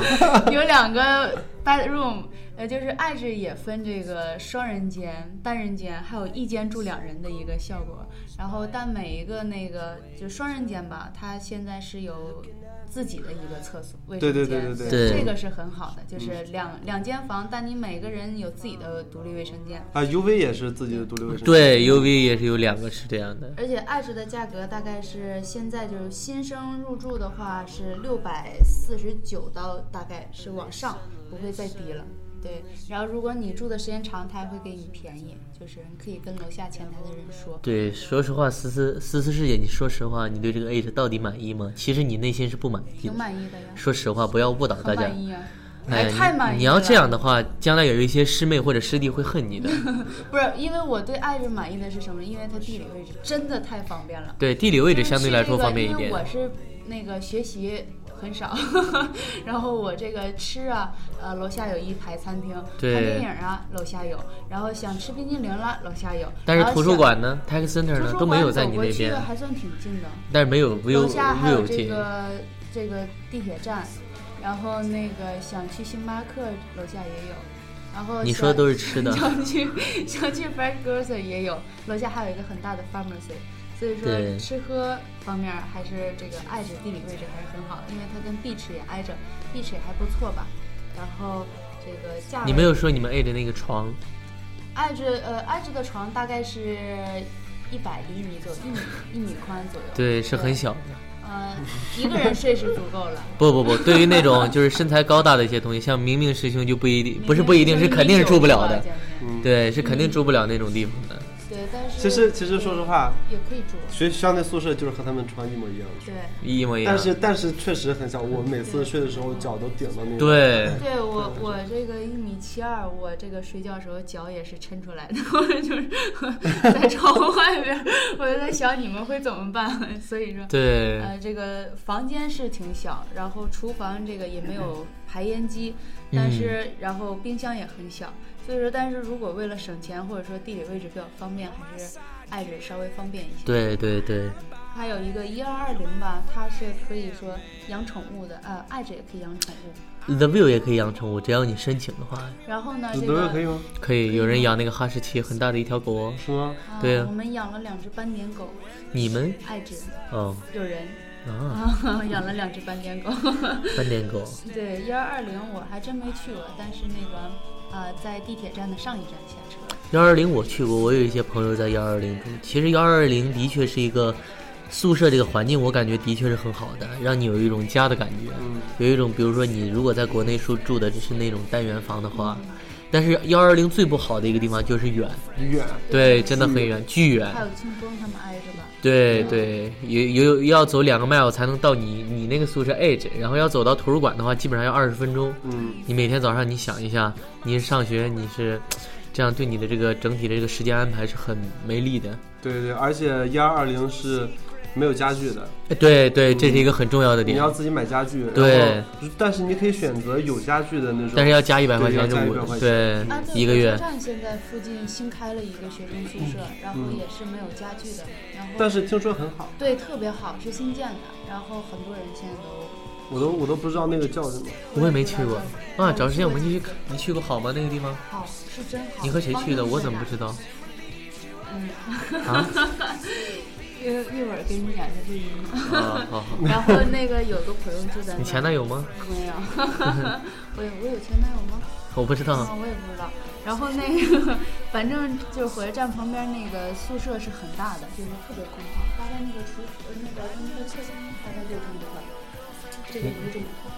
C: 有两个 bedroom，呃，就是爱知也分这个双人间、单人间，还有一间住两人的一个效果。然后，但每一个那个就双人间吧，它现在是有自己的一个厕所、卫生
A: 对
C: 间，
A: 对对对
B: 对
C: 这个是很好的，就是两、两间房，但你每个人有自己的独立卫生间。
A: 啊，U V 也是自己的独立卫生间。
B: 对，UV 也是有两个是这样的。
C: 而且爱知的价格大概是现在就是新生入住的话是六百四十九刀，大概是往上，不会再低了。对，然后如果你住的时间长，他还会给你便宜，就是你可以跟楼下前台的人说。
B: 对，说实话，思思思思师姐，你说实话，你对这个 A 值到底满意吗？其实你内心是不满意
C: 挺
B: 的。
C: 满意的呀，
B: 说实话，不要误导大
C: 很
B: 家。
C: 满意啊！
B: 哎，
C: 太满意了！
B: 你！你要这样的话，将来有一些师妹或者师弟会恨你的。
C: 不是因为我对爱知满意的是什么？因为它地理位置真的太方便了。
B: 对，地理位置
C: 就是
B: 相对来说
C: 这个
B: 方便一
C: 因为
B: 点。
C: 我是那个学习很少， 然后我这个吃啊，呃，楼下有一排餐厅，
B: 对
C: 看电影啊，楼下有，然后想吃冰激凌了，楼下有。
B: 但是
C: 然后
B: 图书
C: 想
B: 馆呢，Tech Center
C: 图
B: 呢
C: 书
B: 都没有
C: 馆
B: 在
C: 走
B: 你
C: 过
B: 那
C: 去
B: 边，
C: 还算挺近的。
B: 但是没有 view
C: 楼下还有
B: view
C: 这
B: 近。
C: 个这个地铁站，然后那个想去星巴克楼下也有，然后
B: 你
C: 想
B: 说的都是吃的，
C: 想去想去 f r e s h Grocer 也有，楼下还有一个很大的 Pharmacy，所以说
B: 对
C: 吃喝方面还是这个爱着地理位置还是很好的，因为它跟 Beach 也挨着，Beach 也还不错吧。然后这个价位
B: 你没有说你们 A 的那个床，
C: 爱着呃爱着的床大概是一百厘米左右，一米一米宽左右，
B: 对，是很
C: 对
B: 小的。
C: 呃，一个人睡是足够了。
B: 不不不，对于那种就是身材高大的一些东西，像明明师兄就不一 定，不是不一定，是肯定是住不了的。
A: 嗯，
B: 对，是肯定住不了那种地方的。
C: 对，但是
A: 其实其实说实话，
C: 也可以住，
A: 学校内宿舍就是和他们床一模一样的，
C: 对。
B: 一模一样
A: 但。是但是确实很小，我每次睡的时候脚都顶到那个。，
B: 嗯对，
C: 对我，我这个一米七二，我这个睡觉时候脚也是抻出来的， 我就是在床外边儿，我就在想你们会怎么办。 所以说，
B: 对，
C: 呃，这个房间是挺小，然后厨房这个也没有排烟机，但是然后冰箱也很小，所以说，但是如果为了省钱或者说地理位置比较方便，还是爱着稍微方便一些。
B: 对对对，
C: 还有一个一二二零吧，它是可以说养宠物的，呃，爱着也可以养宠物。
B: The View 也可以养宠物，只要你申请的话，
C: 然后呢，这
A: 德瑞可
C: 个
A: 以吗？
B: 可以。有人养那个哈士奇，很大的一条狗哦。
A: 是吗？
C: 啊
B: 对啊
C: 我们养了两只斑点狗，
B: 你们
C: 爱着
B: 哦
C: 有 人
B: 啊，
C: 养了两只斑点狗。
B: 斑点狗，
C: 对，一二二零我还真没去过，但是那个呃，在地铁站的上一站下车。
B: 幺二零我去过，我有一些朋友在幺二零住。其实幺二零的确是一个宿舍这个环境，我感觉的确是很好的，让你有一种家的感觉。
A: 嗯，
B: 有一种，比如说你如果在国内住住的只是那种单元房的话，但是幺二零最不好的一个地方就是远，
A: 远。
B: 对，真的很远，巨
C: 还
B: 远。
C: 有嗯庆丰他们挨着吧？
B: 对对，有有要走两个 mile 才能到你你那个宿舍 edge，然后要走到图书馆的话，基本上要二十分钟。
A: 嗯，
B: 你每天早上你想一下，你上学你是这样对你的这个整体的这个时间安排是很没力的。
A: 对对，而且幺二零是没有家具的，
B: 哎对对，这是一个很重要的
A: 你
B: 点
A: 要，自己买家具。然后
B: 对，
A: 但是你可以选择有家具的那种。
B: 但是要加一百块
A: 对要
B: 钱
A: 加
B: 就
A: 100块
B: 五
A: 钱
B: 对
C: 啊，对，
B: 嗯一个月嗯
C: 火车。站现在附近新开了一个学生宿舍，然后也是没有家具的，然后
A: 但是听说很好，
C: 对特别好，是新建的，然后很多人现在都
A: 我都我都不知道那个叫什么。
B: 我也没去过啊，找时间我们就去
C: 看。。
B: 你去过好吗？那个地方？
C: 好，哦是真好。
B: 你和谁去的？我怎么不知
C: 道？
B: 道？
C: 嗯，
B: 啊？
C: 一一会儿给你演的录音。
B: 啊，好 好。
C: 然后那个有个朋友住在那。
B: 你前男友吗？
C: 没有？我有我有前男友吗？
B: 我不知
C: 啊
B: 道。，
C: 我也不知道。然后那个， 反正就是火车站旁边那个宿舍是很大的，就是特别空旷，大概那个厨呃那个那个厕所大概就这么宽，这个不是这么宽。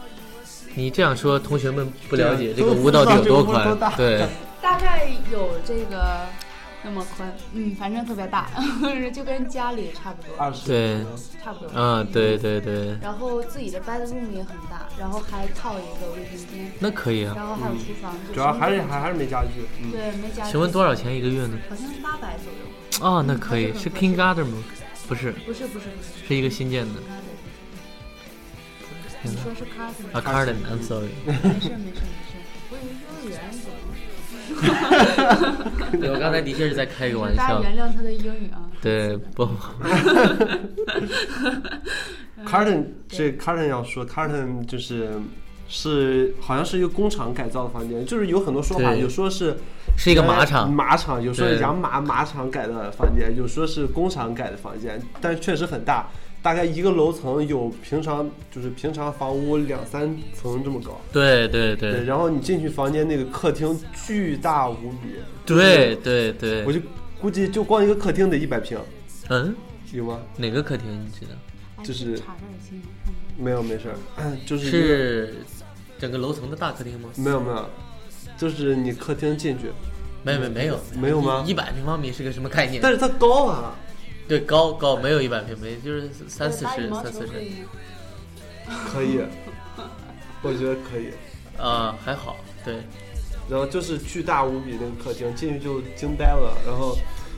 B: 你这样说，同学们不了解
A: 对
B: 这个
A: 都
B: 屋到底有多
A: 不知道这个屋多
B: 宽
A: 大。
B: 对，
C: 大概有这个那么宽，嗯，反正特别大， 就跟家里差不多，
A: 二十。
B: 对，
C: 差不多。
B: 啊，对对对，
C: 然后自己的 bedroom 也很大，然后还套一个卫生间，
B: 那可以啊。
C: 然后还有厨房，就
A: 主要还是
C: 什么
A: 还还是没家具。嗯
C: 都有对没加。
B: 请问多少？钱一个月呢？
C: 好像八百左右。
B: 啊，那可以。是 King Garden 吗？不是，
C: 不是不是不是，
B: 是一个新建的。
C: 你说是 cousin
B: 啊，Garden，I'm sorry。
C: 没事没事没事，我以为是幼儿园怎么？
B: 对，我刚才的确是在开一个玩
C: 大家
B: 笑。
C: 原谅他的英语啊。
B: 对，不，
A: Carton 这 Carton 要说，Carton 就是是好像是一个工厂改造的房间，就是有很多说法，
B: 对
A: 有说是
B: 是一个马
A: 呃
B: 场。
A: 马场有说
B: 对
A: 养马马场改的房间，有说是工厂改的房间，但确实很大，大概一个楼层有平常就是平常房屋两三层这么高。
B: 对对
A: 对，
B: 对
A: 然后你进去房间那个客厅巨大无比，
B: 对对对
A: 我。就估计就光一个客厅得一百平，
B: 嗯，
A: 有吗？
B: 哪个客厅你知道？
C: 哎
A: 就是
C: 查这儿行吗？看看
A: 没有，没事儿， 就是一个
B: 是整个楼层的大客厅吗？
A: 没有没有，就是你客厅进去，
B: 没有没有没有
A: 没有吗
B: 一百平方米是个什么概念？
A: 但是它高啊，
B: 对高高没有一百平米，就是三四
C: 打羽
B: 十
C: 毛
B: 三
C: 球
B: 四
C: 可
B: 十
C: 以吗？
A: 可以，我觉得可以。
B: 啊还好对
A: 然后就是巨大无比那个客厅，进去就惊呆了。然后，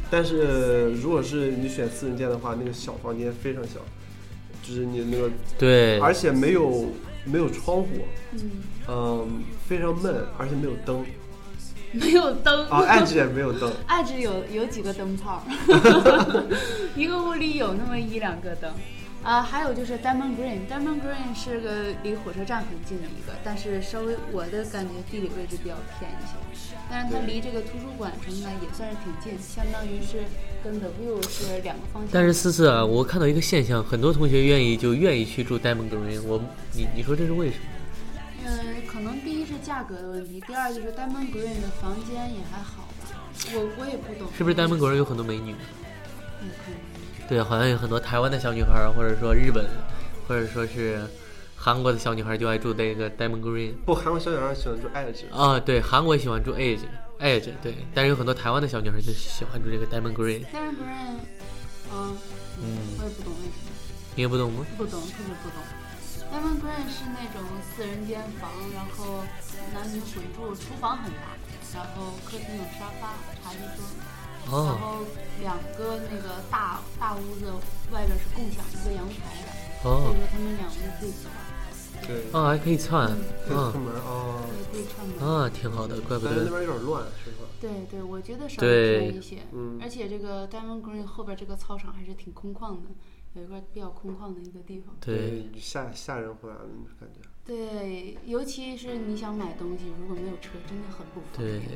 A: 但是如果是你选四人间的话，那个小房间非常小，就是你那个，
B: 对
A: 而且没有没有窗户，
C: 嗯，
A: 嗯，非常闷，而且没有灯
C: 没有灯
A: 啊，暗指也没有灯。
C: 爱 只有有几个灯泡，一个屋里有那么一两个灯，啊，还有就是 Diamond Green，Diamond Green 是个离火车站很近的一个，但是稍微我的感觉地理位置比较偏一些，但是它离这个图书馆什么的也算是挺近，相当于是跟 The View 是两个方向。
B: 但是思思啊，我看到一个现象，很多同学愿意就愿意去住 Diamond Green，我你你说这是为什么？
C: 嗯，可能第一是价格的问题，第二就是 Diamond Green 的房间也还好吧，我我也不懂。
B: 是不是 Diamond Green 有很多美女？
C: 嗯可能
B: 对，啊好像有很多台湾的小女孩儿，或者说日本，或者说是韩国的小女孩儿就爱住那个 Diamond Green。
A: 不，韩国小女孩喜欢住 Edge，
B: 啊，对，韩国喜欢住 Edge Edge，对，但是有很多台湾的小女孩就喜欢住这个 Diamond Green，
C: Diamond Green，嗯，我也不懂为什么。
B: 你也不懂吗？
C: 不懂，特别不懂。Diamond Green 是那种四人间房，然后男女混住，厨房很大，然后客厅有沙发、茶几桌，然
B: 哦
C: 后两个那个大大屋子外边是共享一个阳台的，所
B: 哦
C: 以说他们两屋自己走，
A: 对，
B: 哦，还可以窜，
A: 对，出
B: 嗯
A: 门哦
C: 可，以自己串门。
B: 啊，挺好的，怪不
A: 但是那
B: 得
A: 边有点乱，说实话，
C: 对对，我觉得稍微
B: 对
C: 偏一些，
A: 嗯
C: 而且这个 Diamond Green 后边这个操场还是挺空旷的，有一块比较空旷的一个地方。
B: 对，
A: 吓吓人回来了，那种感觉。
C: 对，尤其是你想买东西，如果没有车，真的很不方
B: 对
C: 便。。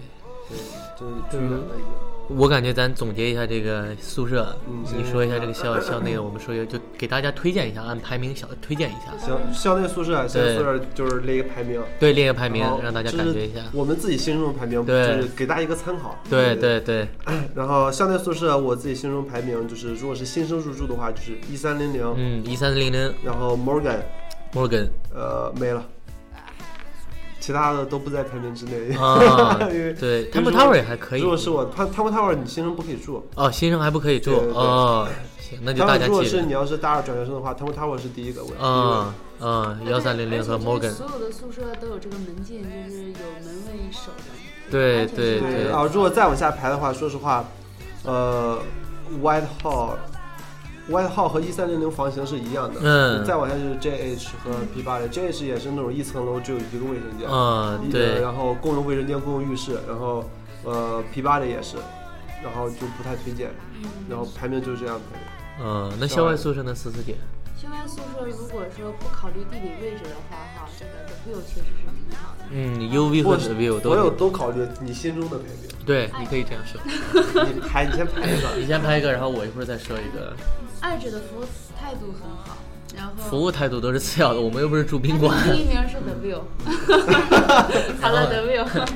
A: 对，就是
B: 啊
A: 住远了已经。
B: 我感觉咱总结一下这个宿舍，
A: 嗯
B: 你说一下这个 校校内，我们说一下，就给大家推荐一下，按排名小推荐一下，
A: 行，校内宿舍啊，校内
B: 对
A: 宿舍就是列一个排名，
B: 对，列个排名
A: 然后，
B: 让大家
A: 这
B: 感
A: 是
B: 觉一下。
A: 我们自己心中的排名，就
B: 对
A: 是给大家一个参考。嗯
B: 对对对，
A: 然后校内宿舍，我自己心中排名就是，如果是新生入住的话，就是一三零零，
B: 嗯，一三零零
A: 然后 Morgan，
B: Morgan
A: 呃，没了，其他的都不在排名之内。
B: 啊
A: 因为，因
B: 对
A: 为
B: ，Temple
A: 如果
B: Tower 也还可以
A: 如。果是我，他他们 tower 你新生不可以住，
B: 哦，新生还不可以住
A: 对对对
B: 哦，行，那就
A: 当
B: 大
A: 然
B: 家
A: 如果
B: 记
A: 是你
B: 着。
A: 要是大二转学生的话，他们 tower 是第一个，我
B: 啊啊，
C: 对
B: 幺三零零和
C: 而且就是
B: Morgan，
C: 所有的宿舍都有这个门禁，就是有门卫守着。
B: 对
C: 安全性
B: 对
A: 对
C: 很
A: 啊、如果再往下排的话，说实话，呃，White Hall。White Hall 和一三零零房型是一样的，
B: 嗯
A: 再往下就是 JH 和 P 八零，JH 也是那种一层楼只有一个卫生间，
B: 啊，
A: 一呃
B: 对，
A: 然后公用卫生间、公用浴室，然后呃 P 八的也是，然后就不太推荐，然后排名就是这样排的。
B: 嗯，那校外宿舍呢？思思姐，
C: 校外宿舍如果说不考虑地理位置的话，哈，这个 The View 确实是挺好的。
B: 嗯，UV 和
A: 我
B: The View
A: 我有
B: 都，
A: 都考虑你心中的排
B: 对，你可以这样说。
A: 名，你排你先排一个，
B: 你先拍一个，然后我一会儿再说一个。
C: 爱知的服务态度很好，然后
B: 服务态度都是次要的，我们又不是住宾馆。
C: 第一名是 The View，好了 The View，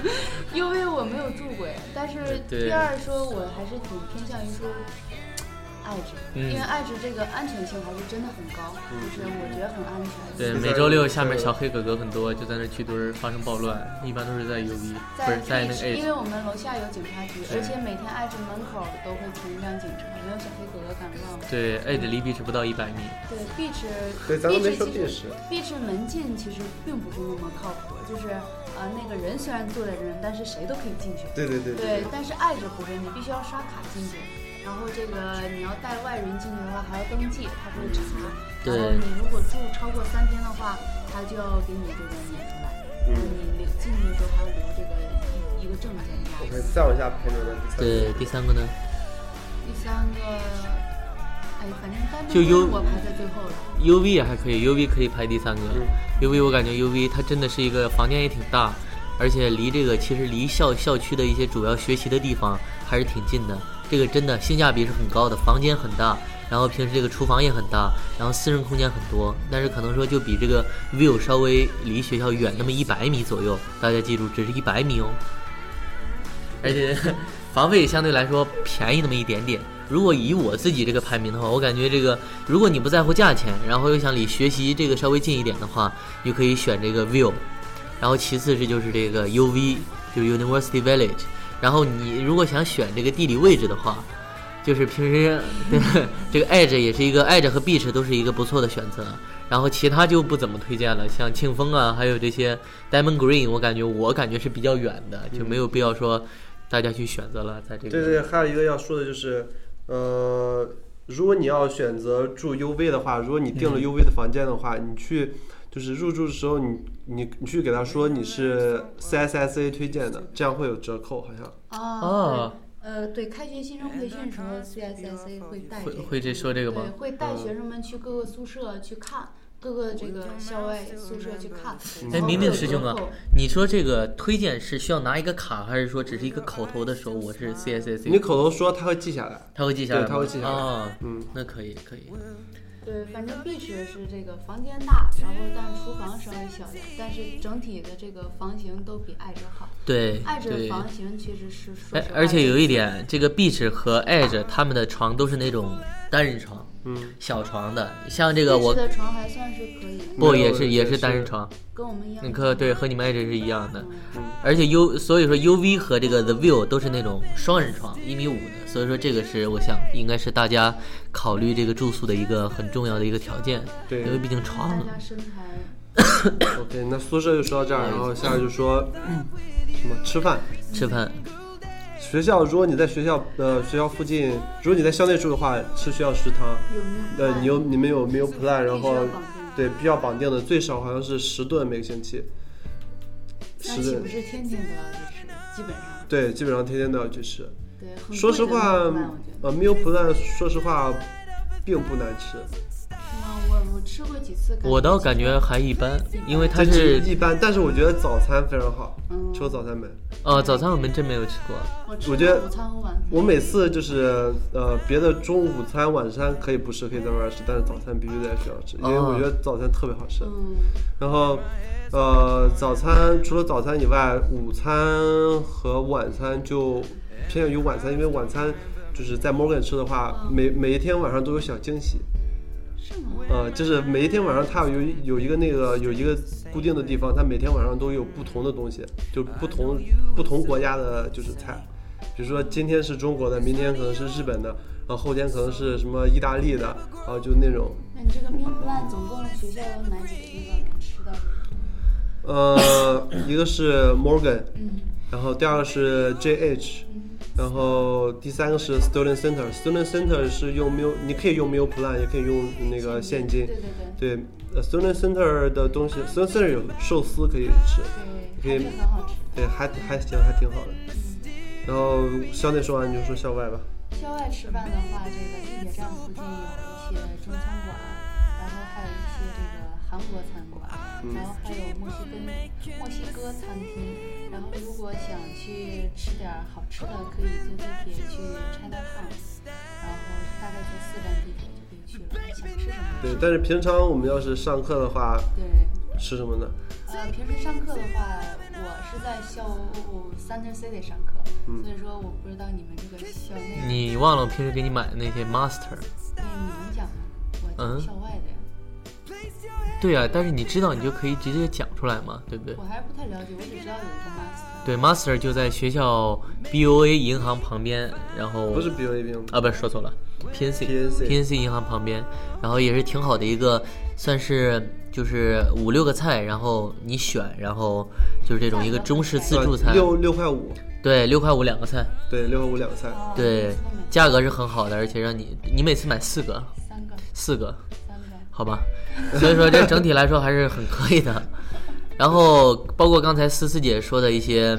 C: 因为我没有住过呀，但是
B: 对
C: 第二说我还是挺偏向于说爱知，
B: 嗯
C: 因为爱知这个安全性还是真的很高，就是我觉得很安全。
B: 对，每周六下面小黑哥哥很多，就在那聚堆儿发生暴乱，一般都是在 UV，不
C: 在
B: 是在那个
C: 因为
B: H。
C: 我们楼下有警察局，
B: 对
C: 而且每天爱知门口都会停一辆警车，没有小黑狗狗敢乱。
B: 对，H 离 B 是不到一百米。
C: 对，B 池，
A: 对咱都没说
C: B
A: beach
C: 池其实 B 池门禁其实并不是那么靠谱，就是啊、呃那个人虽然坐在这儿，但是谁都可以进去。
A: 对对对
C: 对，但是爱着不是，你必须要刷卡进去，然后这个你要带外人进去的话，还要登记，他会查。
B: 对
C: 然后你如果住超过三天的话，他就要给你这个撵出来。
A: 嗯
C: 然后你留进去的时候还要留这个一一个证件呀。
A: OK，再往下排名的第三个
B: 对，第三个呢
C: 第三个，哎，反正单
B: 就优
C: 独我排在最后了。
B: ，UV 也还可以，UV 可以排第三个。
A: 嗯
B: UV 我感觉 UV 它真的是一个房间也挺大，而且离这个其实离校校区的一些主要学习的地方还是挺近的。这个真的性价比是很高的，房间很大，然后平时这个厨房也很大，然后私人空间很多，但是可能说就比这个 view 稍微离学校远那么一百米左右，大家记住只是一百米哦。而且 房费相对来说便宜那么一点点。如果以我自己这个排名的话，我感觉这个，如果你不在乎价钱，然后又想离学习这个稍微近一点的话，你可以选这个 View，然后其次是就是这个 UV，就 University Village。然后你如果想选这个地理位置的话，就是平时呃这个 Edge 也是一个 Edge 和 Beach 都是一个不错的选择。然后其他就不怎么推荐了，像庆丰啊，还有这些 Diamond Green，我感觉我感觉是比较远的，就没有必要说大家去选择了，在这个
A: 对对，还有一个要说的就是，呃，如果你要选择住 UV 的话，如果你订了 UV 的房间的话，你去就是入住的时候你，你你去给他说你是 CSSA 推荐的，这样会有折扣，好像。
C: 哦
B: 哦
C: 对呃，对，开学新生培训的时候，CSSA 会带
B: 会
C: 这个
B: 会这说这个
C: 对
B: 吗？，嗯
C: 会带学生们去各个宿舍去看，各个这个校外宿舍去看。
B: 哎，
C: 然后
B: 明明
C: 各个
B: 师兄啊
C: 各个，
B: 你说这个推荐是需要拿一个卡，还是说只是一个口头的说我是 C S S
A: 你
B: C？
A: 口头说他会记下来，
B: 他会记下来吗，
A: 对他会记下来
B: 啊，
A: 嗯，
B: 那可以可以，
C: 对，反正壁纸是这个房间大，然后但是厨房稍微小点，但是整体的这个房型都比爱哲好。
B: 对
C: 爱哲
B: 哎对。
C: 房型其实是说
B: 哎
C: 实，话
B: 而且有一
C: 是
B: 点，这个 Beach 和 Edge 他们的床都是那种单人床，
A: 嗯，
B: 小床的。像这个
C: 壁纸
B: 我
C: 的床还算是可以，
B: 不
A: 没有
B: 也是也
A: 也
B: 是
A: 是嗯
B: 单人床，
C: 跟我们一样。
B: 你看对，和你们 Edge 是一样的。
C: 嗯
B: 而且 U 所以说 UV 和这个 The View 都是那种双人床，一米五的。所以说这个是我想应该是大家考虑这个住宿的一个很重要的一个条件，
A: 对
B: 因为毕竟床
C: 大家身材，
A: OK，那宿舍就说到这儿，然后下来就说什么吃饭。
B: 吃饭
A: 学校，如果你在学校呃学校附近，如果你在校内住的话，吃学校食堂。
C: 有没有
A: 呃，
C: 办
A: 你有你们有没有 plan？然后
C: 必须要绑定
A: 对必须要绑定的，最少好像是十顿每个星期，
C: 那
A: 十
C: 岂不
A: 顿。
C: 是天天都要去吃？基本上，
A: 对，基本上天天都要去吃。
C: 对，很
A: 说
C: 贵
A: 实
C: 的
A: 话
C: 那种饭我觉得，
A: 呃，meal plan，说实话，并不难吃，
C: 啊我我吃过几次，
B: 我倒感觉还一般，因为它
A: 但
B: 是
A: 一般。但是我觉得早餐非常好，
C: 嗯
A: 吃过早餐没？
B: 哦，早餐我们真没有吃过。
C: 我吃
A: 我觉得
C: 过午餐和晚餐，
A: 我每次就是呃，别的中午餐、晚餐可以不吃，可以在外面吃，但是早餐必须在学校吃，因为
B: 哦
A: 我觉得早餐特别好吃。
C: 嗯，
A: 然后，呃，早餐除了早餐以外，午餐和晚餐就偏向于晚餐，因为晚餐就是在 Morgan 吃的话，每每一天晚上都有小惊喜。
C: 是吗？
A: 呃，就是每一天晚上它有一有一个那个有一个固定的地方，它每天晚上都有不同的东西，就不同不同国家的就是菜，比如说今天是中国的，明天可能是日本的，然后后天可能是什么意大利的，然后就那种，
C: 那你这个面饭总共学校有哪几个地方能吃到这个？
A: 呃，一个是 Morgan，
C: 嗯
A: 然后第二个是 JH，
C: 嗯
A: 然后第三个是 Student Center。Student Center 是用 meal，你可以用 meal plan，也可以用那个现金
C: 对。对对
A: 对呃，Student Center 的东西，Student Center 有寿司可以吃，
C: 对，还是很好吃。
A: 对，还还行，还挺好的。然后校内说完，你就说校外吧。
C: 校外吃饭的话，这个地铁站附近有一些中餐馆，然后还有一些这个韩国餐馆，然后还有墨西哥墨西哥餐厅。然后如果想去吃点儿好吃的，可以坐地铁去 Chinatown，然后大概坐四站地铁就可以去了。想吃什么？
A: 对，但是平常我们要是上课的话，
C: 对。
A: 吃什么呢？
C: 呃，平时上课的话，我是在校 Center City 上课，所以说我不知道你们这个校内被
B: 你忘了我平时给你买的那些 Master？
C: 你们讲吗？我
B: 嗯
C: 在校外的呀，
B: 对啊，但是你知道你就可以直接讲出来嘛，对不对
C: 我？还是不太了解，我只知道有一个 master。
B: 对，Master 就在学校 BOA 银行旁边，然后
A: 不是 BOA 冰，
B: 啊，不是说错了，PNC
A: PNC
B: PNC 银行旁边，然后也是挺好的一个，算是就是五六个菜，然后你选，然后就是这种一个中式自助餐，
A: 呃六六块五，
B: 对，六块五两个菜，
A: 对，六块五两个菜。
C: 哦
B: 对
C: 四个美，
B: 价格是很好的，而且让你你每次买四个，
C: 三个，
B: 四个，
C: 三个。
B: 好吧，所以说这整体来说还是很可 以的。然后包括刚才思思姐说的一些，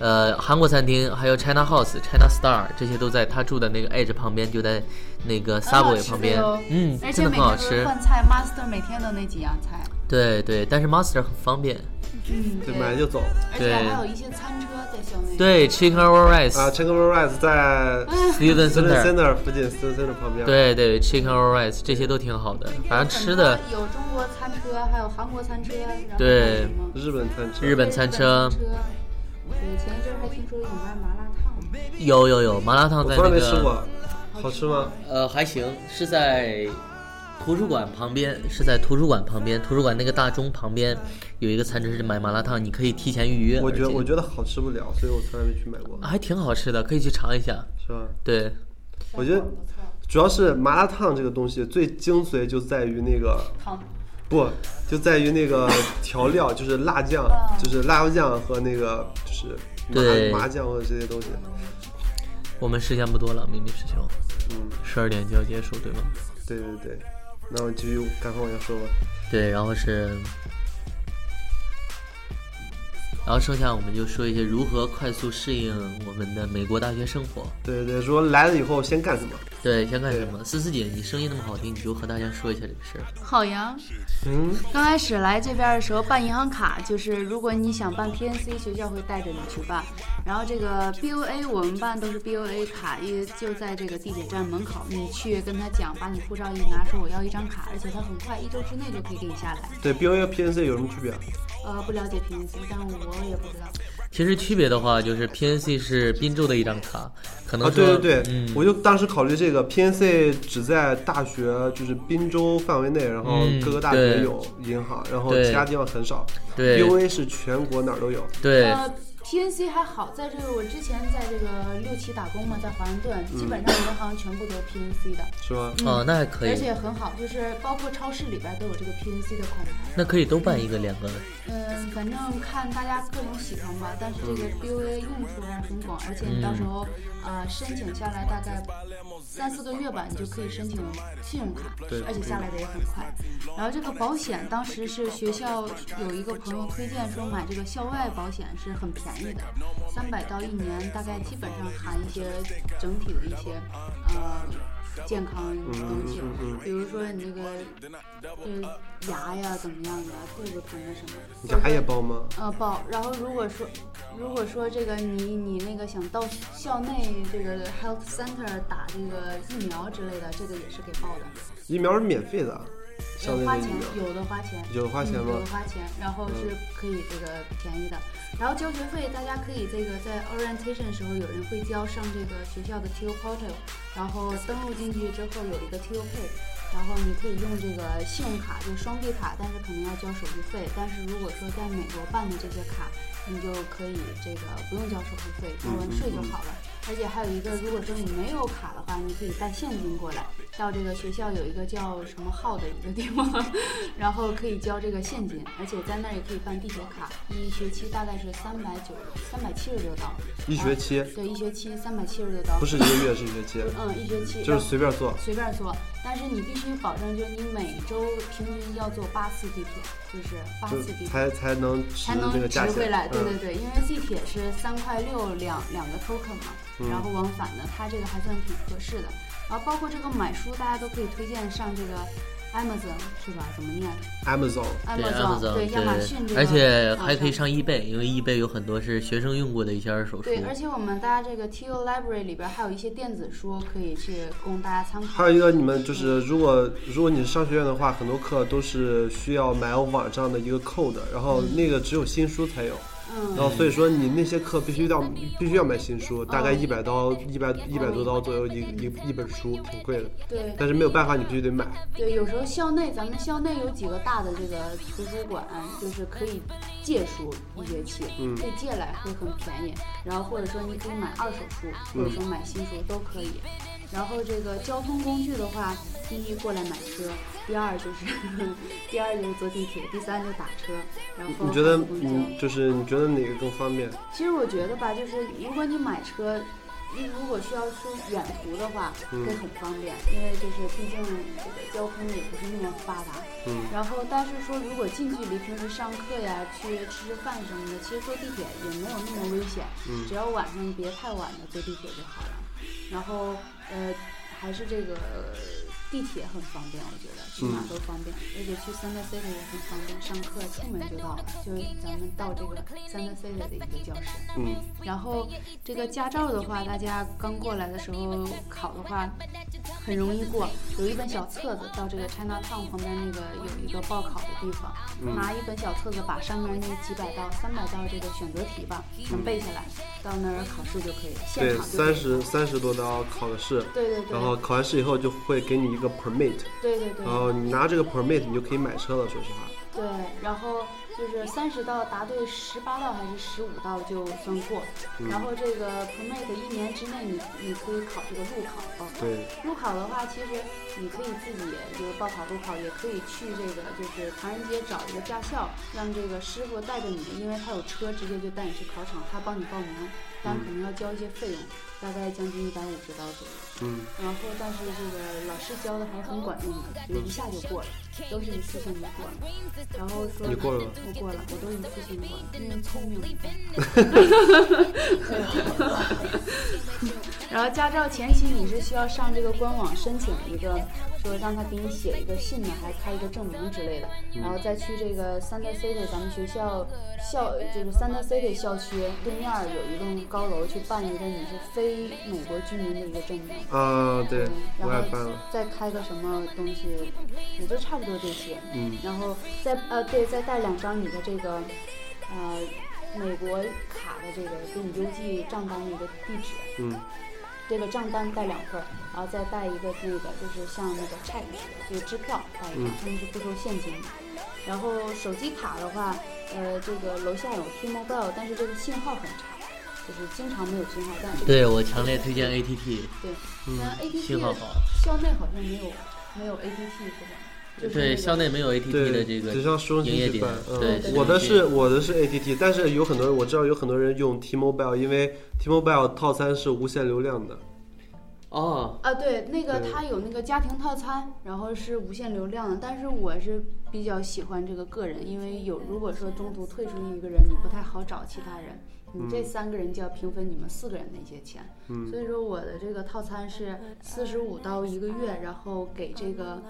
B: 呃，韩国餐厅，还有 China House、China Star，这些都在她住的那个 Edge 旁边，就在那个
C: 很哦好
B: Subway
C: 吃
B: 旁
C: 的
B: 边
C: 哟，
B: 嗯，
C: 而
B: 真
C: 且
B: 的
C: 每
B: 很
C: 天
B: 好
C: 都是
B: 吃。
C: 换菜，master 每天都那几样菜。
B: 对对，但是 Master 很方便。
C: 嗯，
A: 对，买了就走。
C: 而
B: 对
C: 且还有一些餐车在校内。，
B: 对，Chicken Over
A: 啊
B: Rice、
A: c h i c k e n Rice
C: 啊
A: 在 Student
B: Student Center，
A: Center 附近，Student Center 旁边。
B: 对对，Chicken Over Rice 这些都挺好的，反正吃的
C: 有中国餐车，还有韩国餐车，然后还有
B: 对
C: 什么
A: 日本餐车。
B: 日本餐车
C: 日本餐对，前一阵儿还听说有卖麻辣烫，
B: 有有有麻辣烫
A: 我
B: 在
A: 从
B: 那
A: 来没
B: 个
A: 吃过，好吃吗？
B: 呃，还行，是在图书馆旁边，是在图书馆旁边，图书馆那个大钟旁边有一个餐车是买麻辣烫，你可以提前预约。
A: 我觉
B: 而
A: 得
B: 且
A: 我觉得好吃不了，所以我从来没去买过，
B: 还挺好吃的，可以去尝一下。
A: 是吧？
B: 对，
A: 我觉得
C: 不错，
A: 主要是麻辣烫这个东西最精髓就在于那个
C: 汤
A: 不，就在于那个调料，就是辣酱，就是辣椒酱和那个就是
B: 对
A: 麻麻酱和这些东西。
B: 我们时间不多了，明明师兄，
A: 嗯，
B: 十二点就要结束，对吗？
A: 对对对。那我继续赶快往下说吧。
B: 对，然后是然后剩下我们就说一些如何快速适应我们的美国大学生活。
A: 对对，说来了以后先干什么？
B: 对，先干什么？思思姐，你声音那么好听，你就和大家说一下这个事儿。
C: 好呀，
A: 嗯，
C: 刚开始来这边的时候办银行卡，就是如果你想办 PNC，学校会带着你去办。然后这个 BOA 我们办都是 BOA 卡，也就在这个地铁站门口，你去跟他讲，把你护照一拿，说我要一张卡，而且他很快一周之内就可以给你下来。
A: 对 B O A P N C 有什么区别啊？
C: 呃，不了解 PNC，但我也不知道。
B: 其实区别的话，就是 PNC 是宾州的一张卡，可能
A: 啊，
B: 说、
A: 对对对，
B: 嗯，
A: 我就当时考虑这个 P N C 只在大学就是滨州范围内，然后
B: 嗯
A: 各个大
B: 对
A: 学有银行，然后
B: 对
A: 其他地方很少。
B: 对
A: B O A 是全国哪儿都有。
B: 对、
C: 呃，PNC 还好，在这个我之前在这个六期打工嘛，在华盛顿，基本上银行全部都是 PNC 的，
A: 是吧？
B: 哦，那还可
C: 嗯而
B: 以，
C: 且很好，就是包括超市里边都有这个 PNC 的款牌。
B: 那可以都办一个两个。
C: 嗯，反正看大家各种喜欢吧，但是这个
A: 嗯
C: BOA 用处还是很广，而且你到时候啊、呃申请下来大概三四个月吧，你就可以申请信用卡，
A: 对
C: 而且下来的也很快。然后这个保险当时是学校有一个朋友推荐说买这个校外保险是很便宜的，三百到一年，大概基本上含一些整体的一些呃健康东西，
A: 嗯嗯嗯
C: 比如说你这个呃牙呀怎么样啊，肚子疼啊什么。
A: 牙也包吗？
C: 呃，报。然后如果说，如果说这个你你那个想到校内这个 health center 打这个疫苗之类的，这个也是给报的，
A: 疫苗是免费的，校内
C: 花
A: 的疫
C: 钱
A: 苗
C: 有的花钱，
A: 有花钱
C: 嗯
A: 吗
C: 有的花钱，然后是可以这个便宜的。然后交学费，大家可以这个在 orientation 时候有人会教上这个学校的 TU portal，然后登录进去之后有一个 TU pay。然后你可以用这个信用卡，就双币卡，但是可能要交手续费。但是如果说在美国办的这些卡，你就可以这个不用交手续费，
A: 嗯
C: 交完税就好了。而且还有一个，如果说你没有卡的话，你可以带现金过来，到这个学校有一个叫什么号的一个地方， 然后可以交这个现金，而且在那儿也可以办地铁卡，一学期大概是三百九三百七十六刀。
A: 一学期
C: 对，一学期三百七十六刀
A: 不。是一个月，是一学期，
C: 嗯，一学期。
A: 就是随便做。
C: 随便坐，但是你必须保证，就是你每周平均要坐八次地铁，就是八
A: 就
C: 次地铁。
A: 才才能值
C: 才能
A: 这个
C: 值
A: 价钱。
C: 回来，对对
A: 嗯，
C: 对，因为地铁是三块六两两个 token 嘛，
A: 嗯
C: 然后往返的，它这个还算挺合适的。然后包括这个买书，大家都可以推荐上这个 Amazon 是吧？怎么念
A: ，Amazon
B: 对
C: ？Amazon 对亚马逊这
B: 对，
C: 个，
B: 而且还可以
C: 上。
B: 上易贝，因为易贝有很多是学生用过的一些二手书。
C: 对，而且我们大家这个 TU Library 里边还有一些电子书可以去供大家参考。
A: 还有一个，你们就是如果如果你是上学院的话，很多课都是需要买网上的一个 code，然后那个只有新书才有，然
C: 嗯，
A: 后所以说你那些课必须要必须要买新书，大概
C: 嗯
A: 一百刀一百一百多刀左右一一一本书，挺贵的，
C: 对。
A: 但是没有办法，你必须得买。
C: 对，有时候校内咱们校内有几个大的这个图书馆，就是可以借书一学期，
A: 嗯
C: 可以借来会很便宜。然后或者说你可以买二手书，或者说
A: 嗯
C: 买新书都可以。然后这个交通工具的话，第一过来买车，第二就是 第二就是坐地铁，第三就打车。然后
A: 你觉得
C: 还有公交
A: 你就是你觉得哪个更方便？
C: 其实我觉得吧，就是如果你买车，你如果需要出远途的话，会
A: 嗯
C: 很方便，因为就是毕竟这个交通也不是那么发达。
A: 嗯。
C: 然后，但是说如果近距离，平时上课呀、去吃吃饭什么的，其实坐地铁也没有那么危险。嗯。只要晚上别太晚了，坐地铁就好了。然后，呃，还是这个。呃地铁很方便，我觉得去哪都方便，而且去 Santa City 也很方便，上课出门就到了，就是咱们到这个 Santa City 的一个教室。
A: 嗯，
C: 然后这个驾照的话，大家刚过来的时候考的话，很容易过。有一本小册子，到这个 China Town 旁边那个有一个报考的地方，
A: 嗯
C: 拿一本小册子，把上面那几百道、三百道这个选择题吧，能背下来，到那儿考试就可以了，现
A: 对，
C: 场就可以
A: 三。十三十多刀考的试，
C: 对对
A: 然后
C: 对，
A: 考完试以后就会给你一个 permit，
C: 对对对
A: 然。后你拿这个 permit 你就可以买车了。说实话，
C: 对，然后就是三十道答对十八道还是十五道就算过，
A: 嗯
C: 然后这个 permit 一年之内你你可以考这个路考啊报考。
A: 对，
C: 路考的话，其实你可以自己就是报考路考，也可以去这个就是唐人街找一个驾校，让这个师傅带着你，因为他有车，直接就带你去考场，他帮你报名，但可能要交一些费用，大概将近一百五十刀左右。
A: 嗯。
C: 然后，但是这个老师教的还是很管用的，就一下就过了，都是一次性就过了。然后说
A: 你过了吗？
C: 我过了，我都已经复习过了，因为聪明。然后驾照前期你是需要上这个官网申请一个，说让他给你写一个信呢，还开一个证明之类的，然后再去这个 Thunder City 咱们学校校就是 Thunder City 校区对面儿有一栋高楼去办一个你是非美国居民的一个证明。
A: 啊，对
C: 嗯，
A: 我
C: 然
A: 也
C: 后
A: 办了，
C: 再开个什么东西，也就差不多这些。
A: 嗯，
C: 然后再呃对，再带两张你的这个呃美国卡的这个给你邮寄账单的一个地址，
A: 嗯，
C: 这个账单带两份儿，然后再带一个那个就是像那个 check 似的，就是支票带一
A: 嗯
C: 张，他们是不收现金的。然后手机卡的话，呃，这个楼下有 T-Mobile，但是这个信号很差，就是经常没有信号。但是这个
B: 对我强烈推荐 ATT，
C: 对，那 APP
B: 信号好。
C: 校内好像没有没有 APP 是吧？就是那
B: 对，
C: 个
B: 校内没有 ATT
A: 对，
B: 的这个
A: 只是要市中
B: 营业
A: 心去
B: 点
A: 办。。
B: 对，
A: 嗯，
B: 市
A: 我的
B: 中心
A: 是我的是 ATT，但是有很多人我知道有很多人用 T-Mobile，因为 T-Mobile 套餐是无限流量的。
B: 哦，
C: 啊，对，那个
A: 对
C: 它有那个家庭套餐，然后是无限流量的，但是我是比较喜欢这个个人，因为有如果说中途退出一个人，你不太好找其他人，你这三个人就要平分你们四个人的一些钱，
A: 嗯
C: 所以说我的这个套餐是四十五刀一个月，然后给这个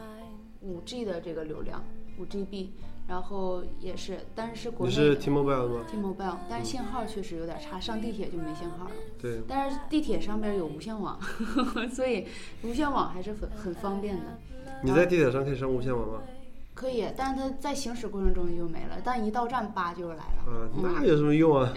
C: 五 G 的这个流量，五 GB，然后也是，但是国
A: 你
C: 内
A: 是
C: 的
A: T-Mobile 吗？
C: T-Mobile，但
B: 嗯
C: 是信号确实有点差，上地铁就没信号了。
A: 对，
C: 但是地铁上边有无线网， 所以无线网还是很很方便的，
A: 你在地铁上可以上无线网吗？
C: 可以。但是它在行驶过程中就没了，但一到站叭就来了。
B: 嗯
C: 嗯
A: 啊，那有什么 用啊？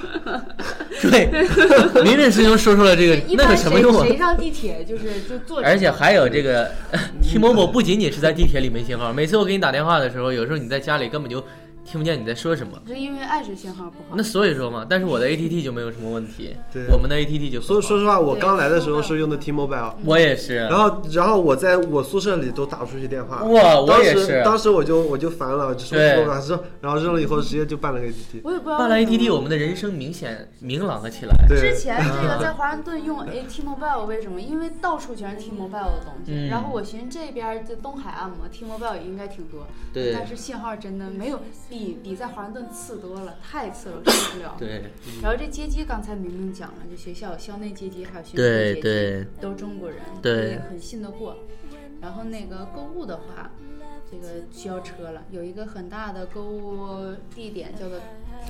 B: 对，林振师兄说出了这个，
C: 一
B: 那有
C: 般
B: 什么
C: 谁
B: 用啊？
C: 谁上地铁就是就坐着，
B: 而且还有这个 T-Mobile 不仅仅是在地铁里没信号，每次我给你打电话的时候，有时候你在家里根本就听不见你在说什么。
C: 是因为爱是信号不好
B: 那。所以说嘛，但是我的 ATT 就没有什么问题，
A: 对
B: 我们的 ATT 就很
A: 所以
B: 好
A: 说实话，我
C: 对
A: 刚来的时候是用的 T-Mobile，
B: 我也是
A: 然，后然后我在我宿舍里都打不出去电话。
B: 哇我
A: 当
B: 也
A: 时
B: 是
A: 当时我就我就烦了，就说
B: 对
A: T-Mobile 说，然后扔了以后直接就办了个 APP。
C: 我也不知道
B: 办了
C: 为什么
B: ATT，我们的人生明显明朗了起来。
A: 对，
C: 之前这
B: 嗯
C: 个在华盛顿用 A T Mobile 为什么？因为到处全是 T Mobile 的东西。
B: 嗯
C: 然后我寻思这边儿这东海岸嘛，T Mobile 也应该挺多。
B: 对
C: 但是信号真的没有比比在华盛顿次多了，太次了，受不了。。
B: 对
C: 然后这街机刚才明明讲了，就学校校内街机还有学生街
B: 对
C: 机，
B: 对，
C: 都是中国人，
B: 对
C: 所以很信得过。然后那个购物的话，这个需要车了，有一个很大的购物地点叫做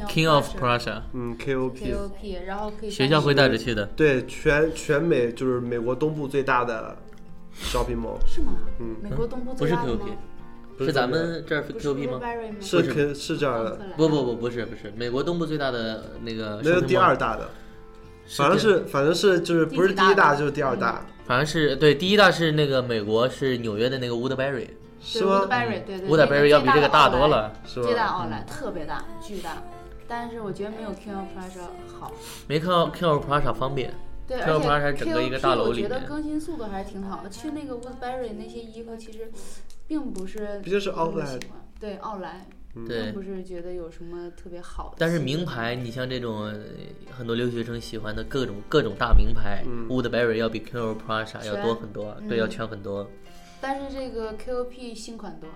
B: King of
C: Prussia
B: Prussia，
A: 嗯，KOP。
C: KOP，然后可以
B: 学
C: 上
B: 校
C: 去
B: 会带着去的。
A: 对，全全美就是美国东部最大的 shopping mall，
C: 是吗？
A: 嗯
C: 美国东部
B: 不
C: 最
B: 是
C: 大的
B: QOP，
C: 吗？
A: 不是
B: 是咱们这儿 QOP 吗？
C: Blueberry 吗？
A: 是
B: 不是啊
A: 肯是这样的，
B: 不不不，不是不是，美国东部最大的那个
A: 那
B: 是
A: 是第二，大的，反正是反正是就是不是第一大就是第二大，
B: 反正是对第一大是那个美国是纽约的那个 Woodbury，
A: 是吗？
C: Blueberry 对对，
B: 乌达贝瑞嗯要比这个大多了嗯
A: 是
C: 最大
A: 吧？
C: 奥莱特别大，巨大。但是我觉得没有 King of Prussia 好，
B: 没看到 King of Prussia 方便。
C: 对，
B: King of
C: 而
B: Prussia
C: 且
B: 整个一个大
C: KOP
B: 楼
C: 我
B: 里
C: 觉得
B: 面
C: 更新速度还是挺好的。去那个 Woodbury 那些衣服其实并不是，
A: 毕竟是奥莱
C: 对奥莱，并
B: 对
C: 不，是觉得有什么特别好的。
B: 但是名牌，你像这种呃很多留学生喜欢的各种各种大名牌、w
C: 嗯
B: o o d b u r y 要比 King of Prussia 要多很多，对，要全很多。
C: 但是这个 KOP 新款 多，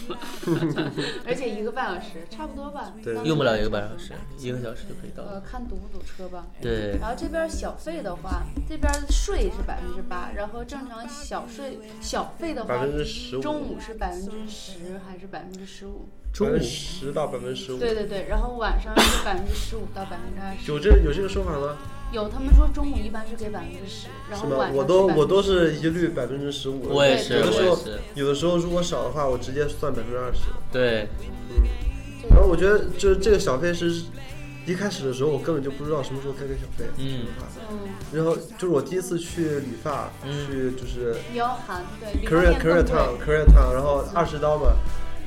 C: 而且一个半小时差不多吧，
A: 对
C: 当时
B: 用不了一个半小时，一个小时就可以到
C: 呃，
B: 了。
C: 看堵不堵车吧。
B: 对，
C: 然后这边小费的话，这边税是百分之八，然后正常小税小费的
A: 百
C: 话
A: 分，之十五，
C: 中午是百分之十还是百分之十五？
A: 百
B: 中午
A: 分之十到百分之十五，
C: 对对对，然后晚上是百分之十五到百分之二十。
A: 有这有这个说法吗？
C: 有他们说中午一般是给百分之十，然
A: 是
C: 后
A: 吗
C: 晚上？是
A: 我都我都
C: 10%
A: 是一律百分之十五，
B: 我也是，
A: 有的
B: 我
A: 时
B: 也
A: 候
B: 是，
A: 有的时候如果少的话，我直接算百分之二十。
B: 对，
C: 这
A: 然
C: 个
A: 后我觉得就是这个小费是，一开始的时候我根本就不知道什么时候该给小费，啊
B: 嗯
C: 嗯，
A: 然后就是我第一次去理发，
B: 嗯
A: 去就是
C: 比较寒，对，理发
A: Korea
C: 店
A: Korea
C: 更
A: Town
C: 贵。
A: Korea Town，然后二十刀嘛，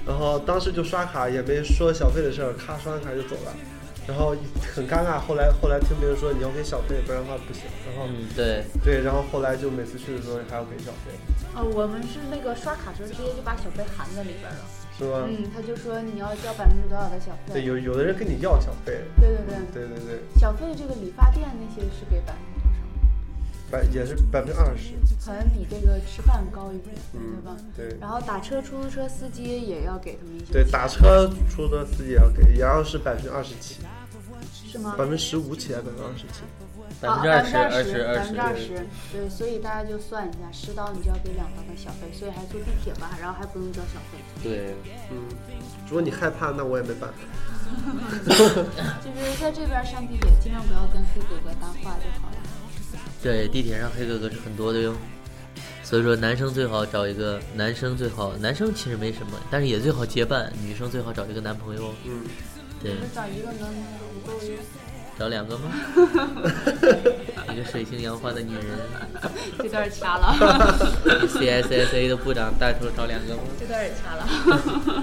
A: 然后当时就刷卡也没说小费的事儿，咔刷完卡就走了，然后很尴尬。后来后来听别人说你要给小费，不然的话不行。然后、
B: 嗯，对，
A: 对，然后后来就每次去的时候还要给小费，
C: 呃，我们是那个刷卡时候直接就把小费含在里边了。
A: 是吗？
C: 嗯，他就说你要交百分之多少的小费？
A: 对，有有的人跟你要小费，
C: 对对对，
A: 对对对，
C: 小费这个理发店那些是给百分之多少？
A: 百也是百分之二十，
C: 可能比这个吃饭高一点，
A: 嗯
C: 对吧？
A: 对
C: 然后打车、出租车司机也要给他们一些
A: 对，打车出租车司机也要给，也要是百分之二十七，
C: 是吗？
A: 百分之十五起还是百分之二十七？
B: 百分之
C: 二
B: 二十，二十，
C: 哦百
B: 二
C: 分
B: 十
C: 之，二十，对，所以大家就算一下，十刀你就要给两刀的小费，所以还坐地铁吧，然后还不用交小费，
B: 对，
A: 嗯，如果你害怕，那我也没办法。
C: 就是在这边上地铁尽量不要跟黑哥哥搭话就好了。
B: 对，地铁上黑哥哥是很多的哟。所以说，男生最好找一个男生最好，男生其实没什么，但是也最好结伴，女生最好找一个男朋友。
A: 嗯，
B: 对，
C: 就找一个能不够 优
B: 找两个吗？一个水性杨花的女人
C: 这段儿掐了，
B: ，CSSA 的部长带头找两个吗？
C: 这段儿也掐了，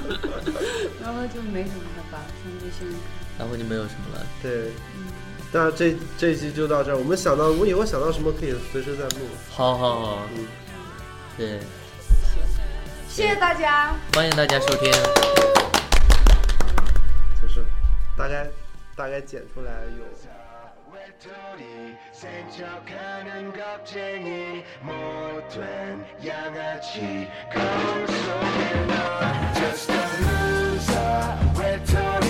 C: 然后就没什么了吧，像这些，
B: 然后就没有什么了。
A: 对。那这这一期就到这儿，我们想到，我以后想到什么可以随时再录。
B: 好好好，
A: 嗯，
B: 对，
C: 谢谢大家，
B: 欢迎大家收听。
A: 就是大概大概剪出来有。
D: 외톨이 센척하는 겁쟁이 못된 양아치 거울 속에 넌 Just a loser 외톨이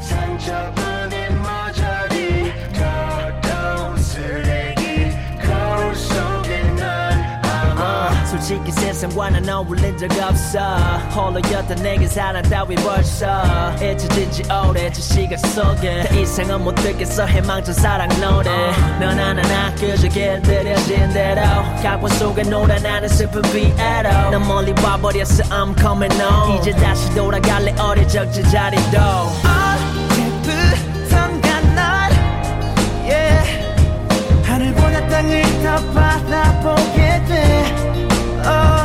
D: 상처뿐인 머저리 더러운 쓰레기 거울 속에 넌 I'm a
E: 솔직히 세상과는 어울린 적 없어 홀로였던 내게 사랑 따위 벌써 잊혀진 지 오래 저 시간 속에 더 이상은 못 듣겠어 해망전 사랑 노래 넌 하나나 그저 길들여진 대로 각본 속에 노래 나는 슬픈 비애로 난 멀리 와버렸어 I'm coming home 이제 다시 돌아갈래 어릴 적지 자리도
F: 언제부턴가 날 yeah. 하늘보다 땅을 더 바라보게 돼 oh.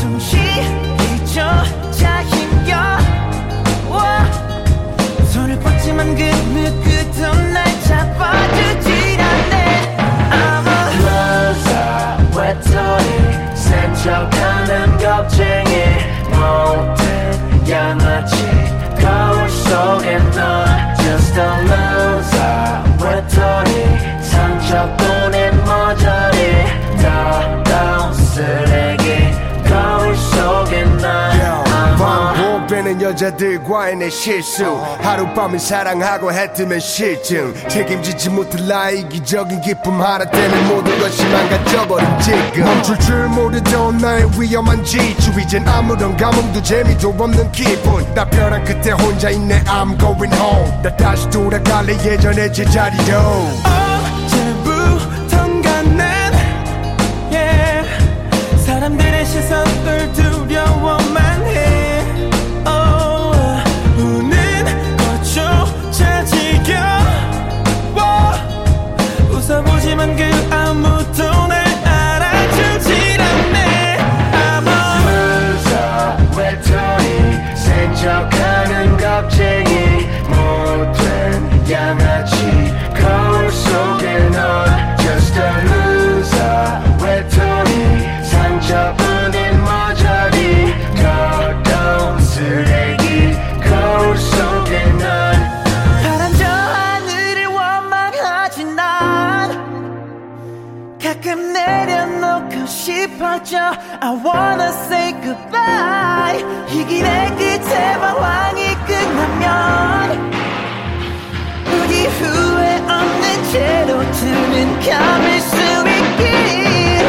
F: 숨쉬기조차 힘겨워 손을 뻗지만 그 느긋도 날 잡아주질 않네 I'm a
D: 러사 외톨이 센 척하는 겁쟁이 못된 양아치 거울 속에 넌 Just a loser 외톨이 상처뿐인 머저리 더러운 쓰레기 거울 속에 넌 I'm a
G: 반복되는 여자들과의 내 실수 하룻밤은 사랑하고 해뜨면 실증 책임지지 못할 나의 이기적인 기쁨 하나 때문에 모든 것이 망가져버린 지금 멈출 줄 모르던 나의 위험한 지추 이젠 아무런 감흥도 재미도 없는 기분 나 변한 그때 혼자 있네 I'm going home 나 다시 돌아갈래 예전의 제자리로
F: 언제부턴가 난 yeah. 사람들의 시선을 두려워만 해 oh. 우는 것조차 지겨워 웃어보지만 그 아무도 날 알아주질 않네 아마
D: 루저 외톨이 센척하는 겁쟁이 못된 양아치 거울 속에 넌 Just a loser 외톨이 상처뿐인 머저리 더러운 쓰레기 거울 속에 넌
F: 바람 저 하늘을 원망하지 난 가끔 내려놓고 싶어져 I wanna say goodbye 이 길의 끝에 방황이 끝나면 우리 후회 없는 채로 주는 감을 수 있길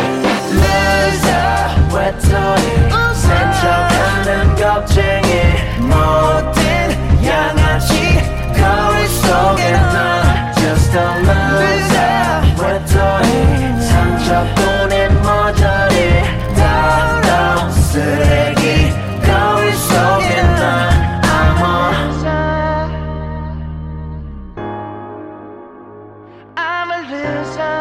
F: Loser
D: 외톨이 센척하는 겁쟁이 못된 양아치 거울 속에 넌 Just a loser 외톨이 상처뿐인 머저리 더러운 쓰레기 거울 속에 넌 I'm a
F: I'm a
D: Mm.
F: loser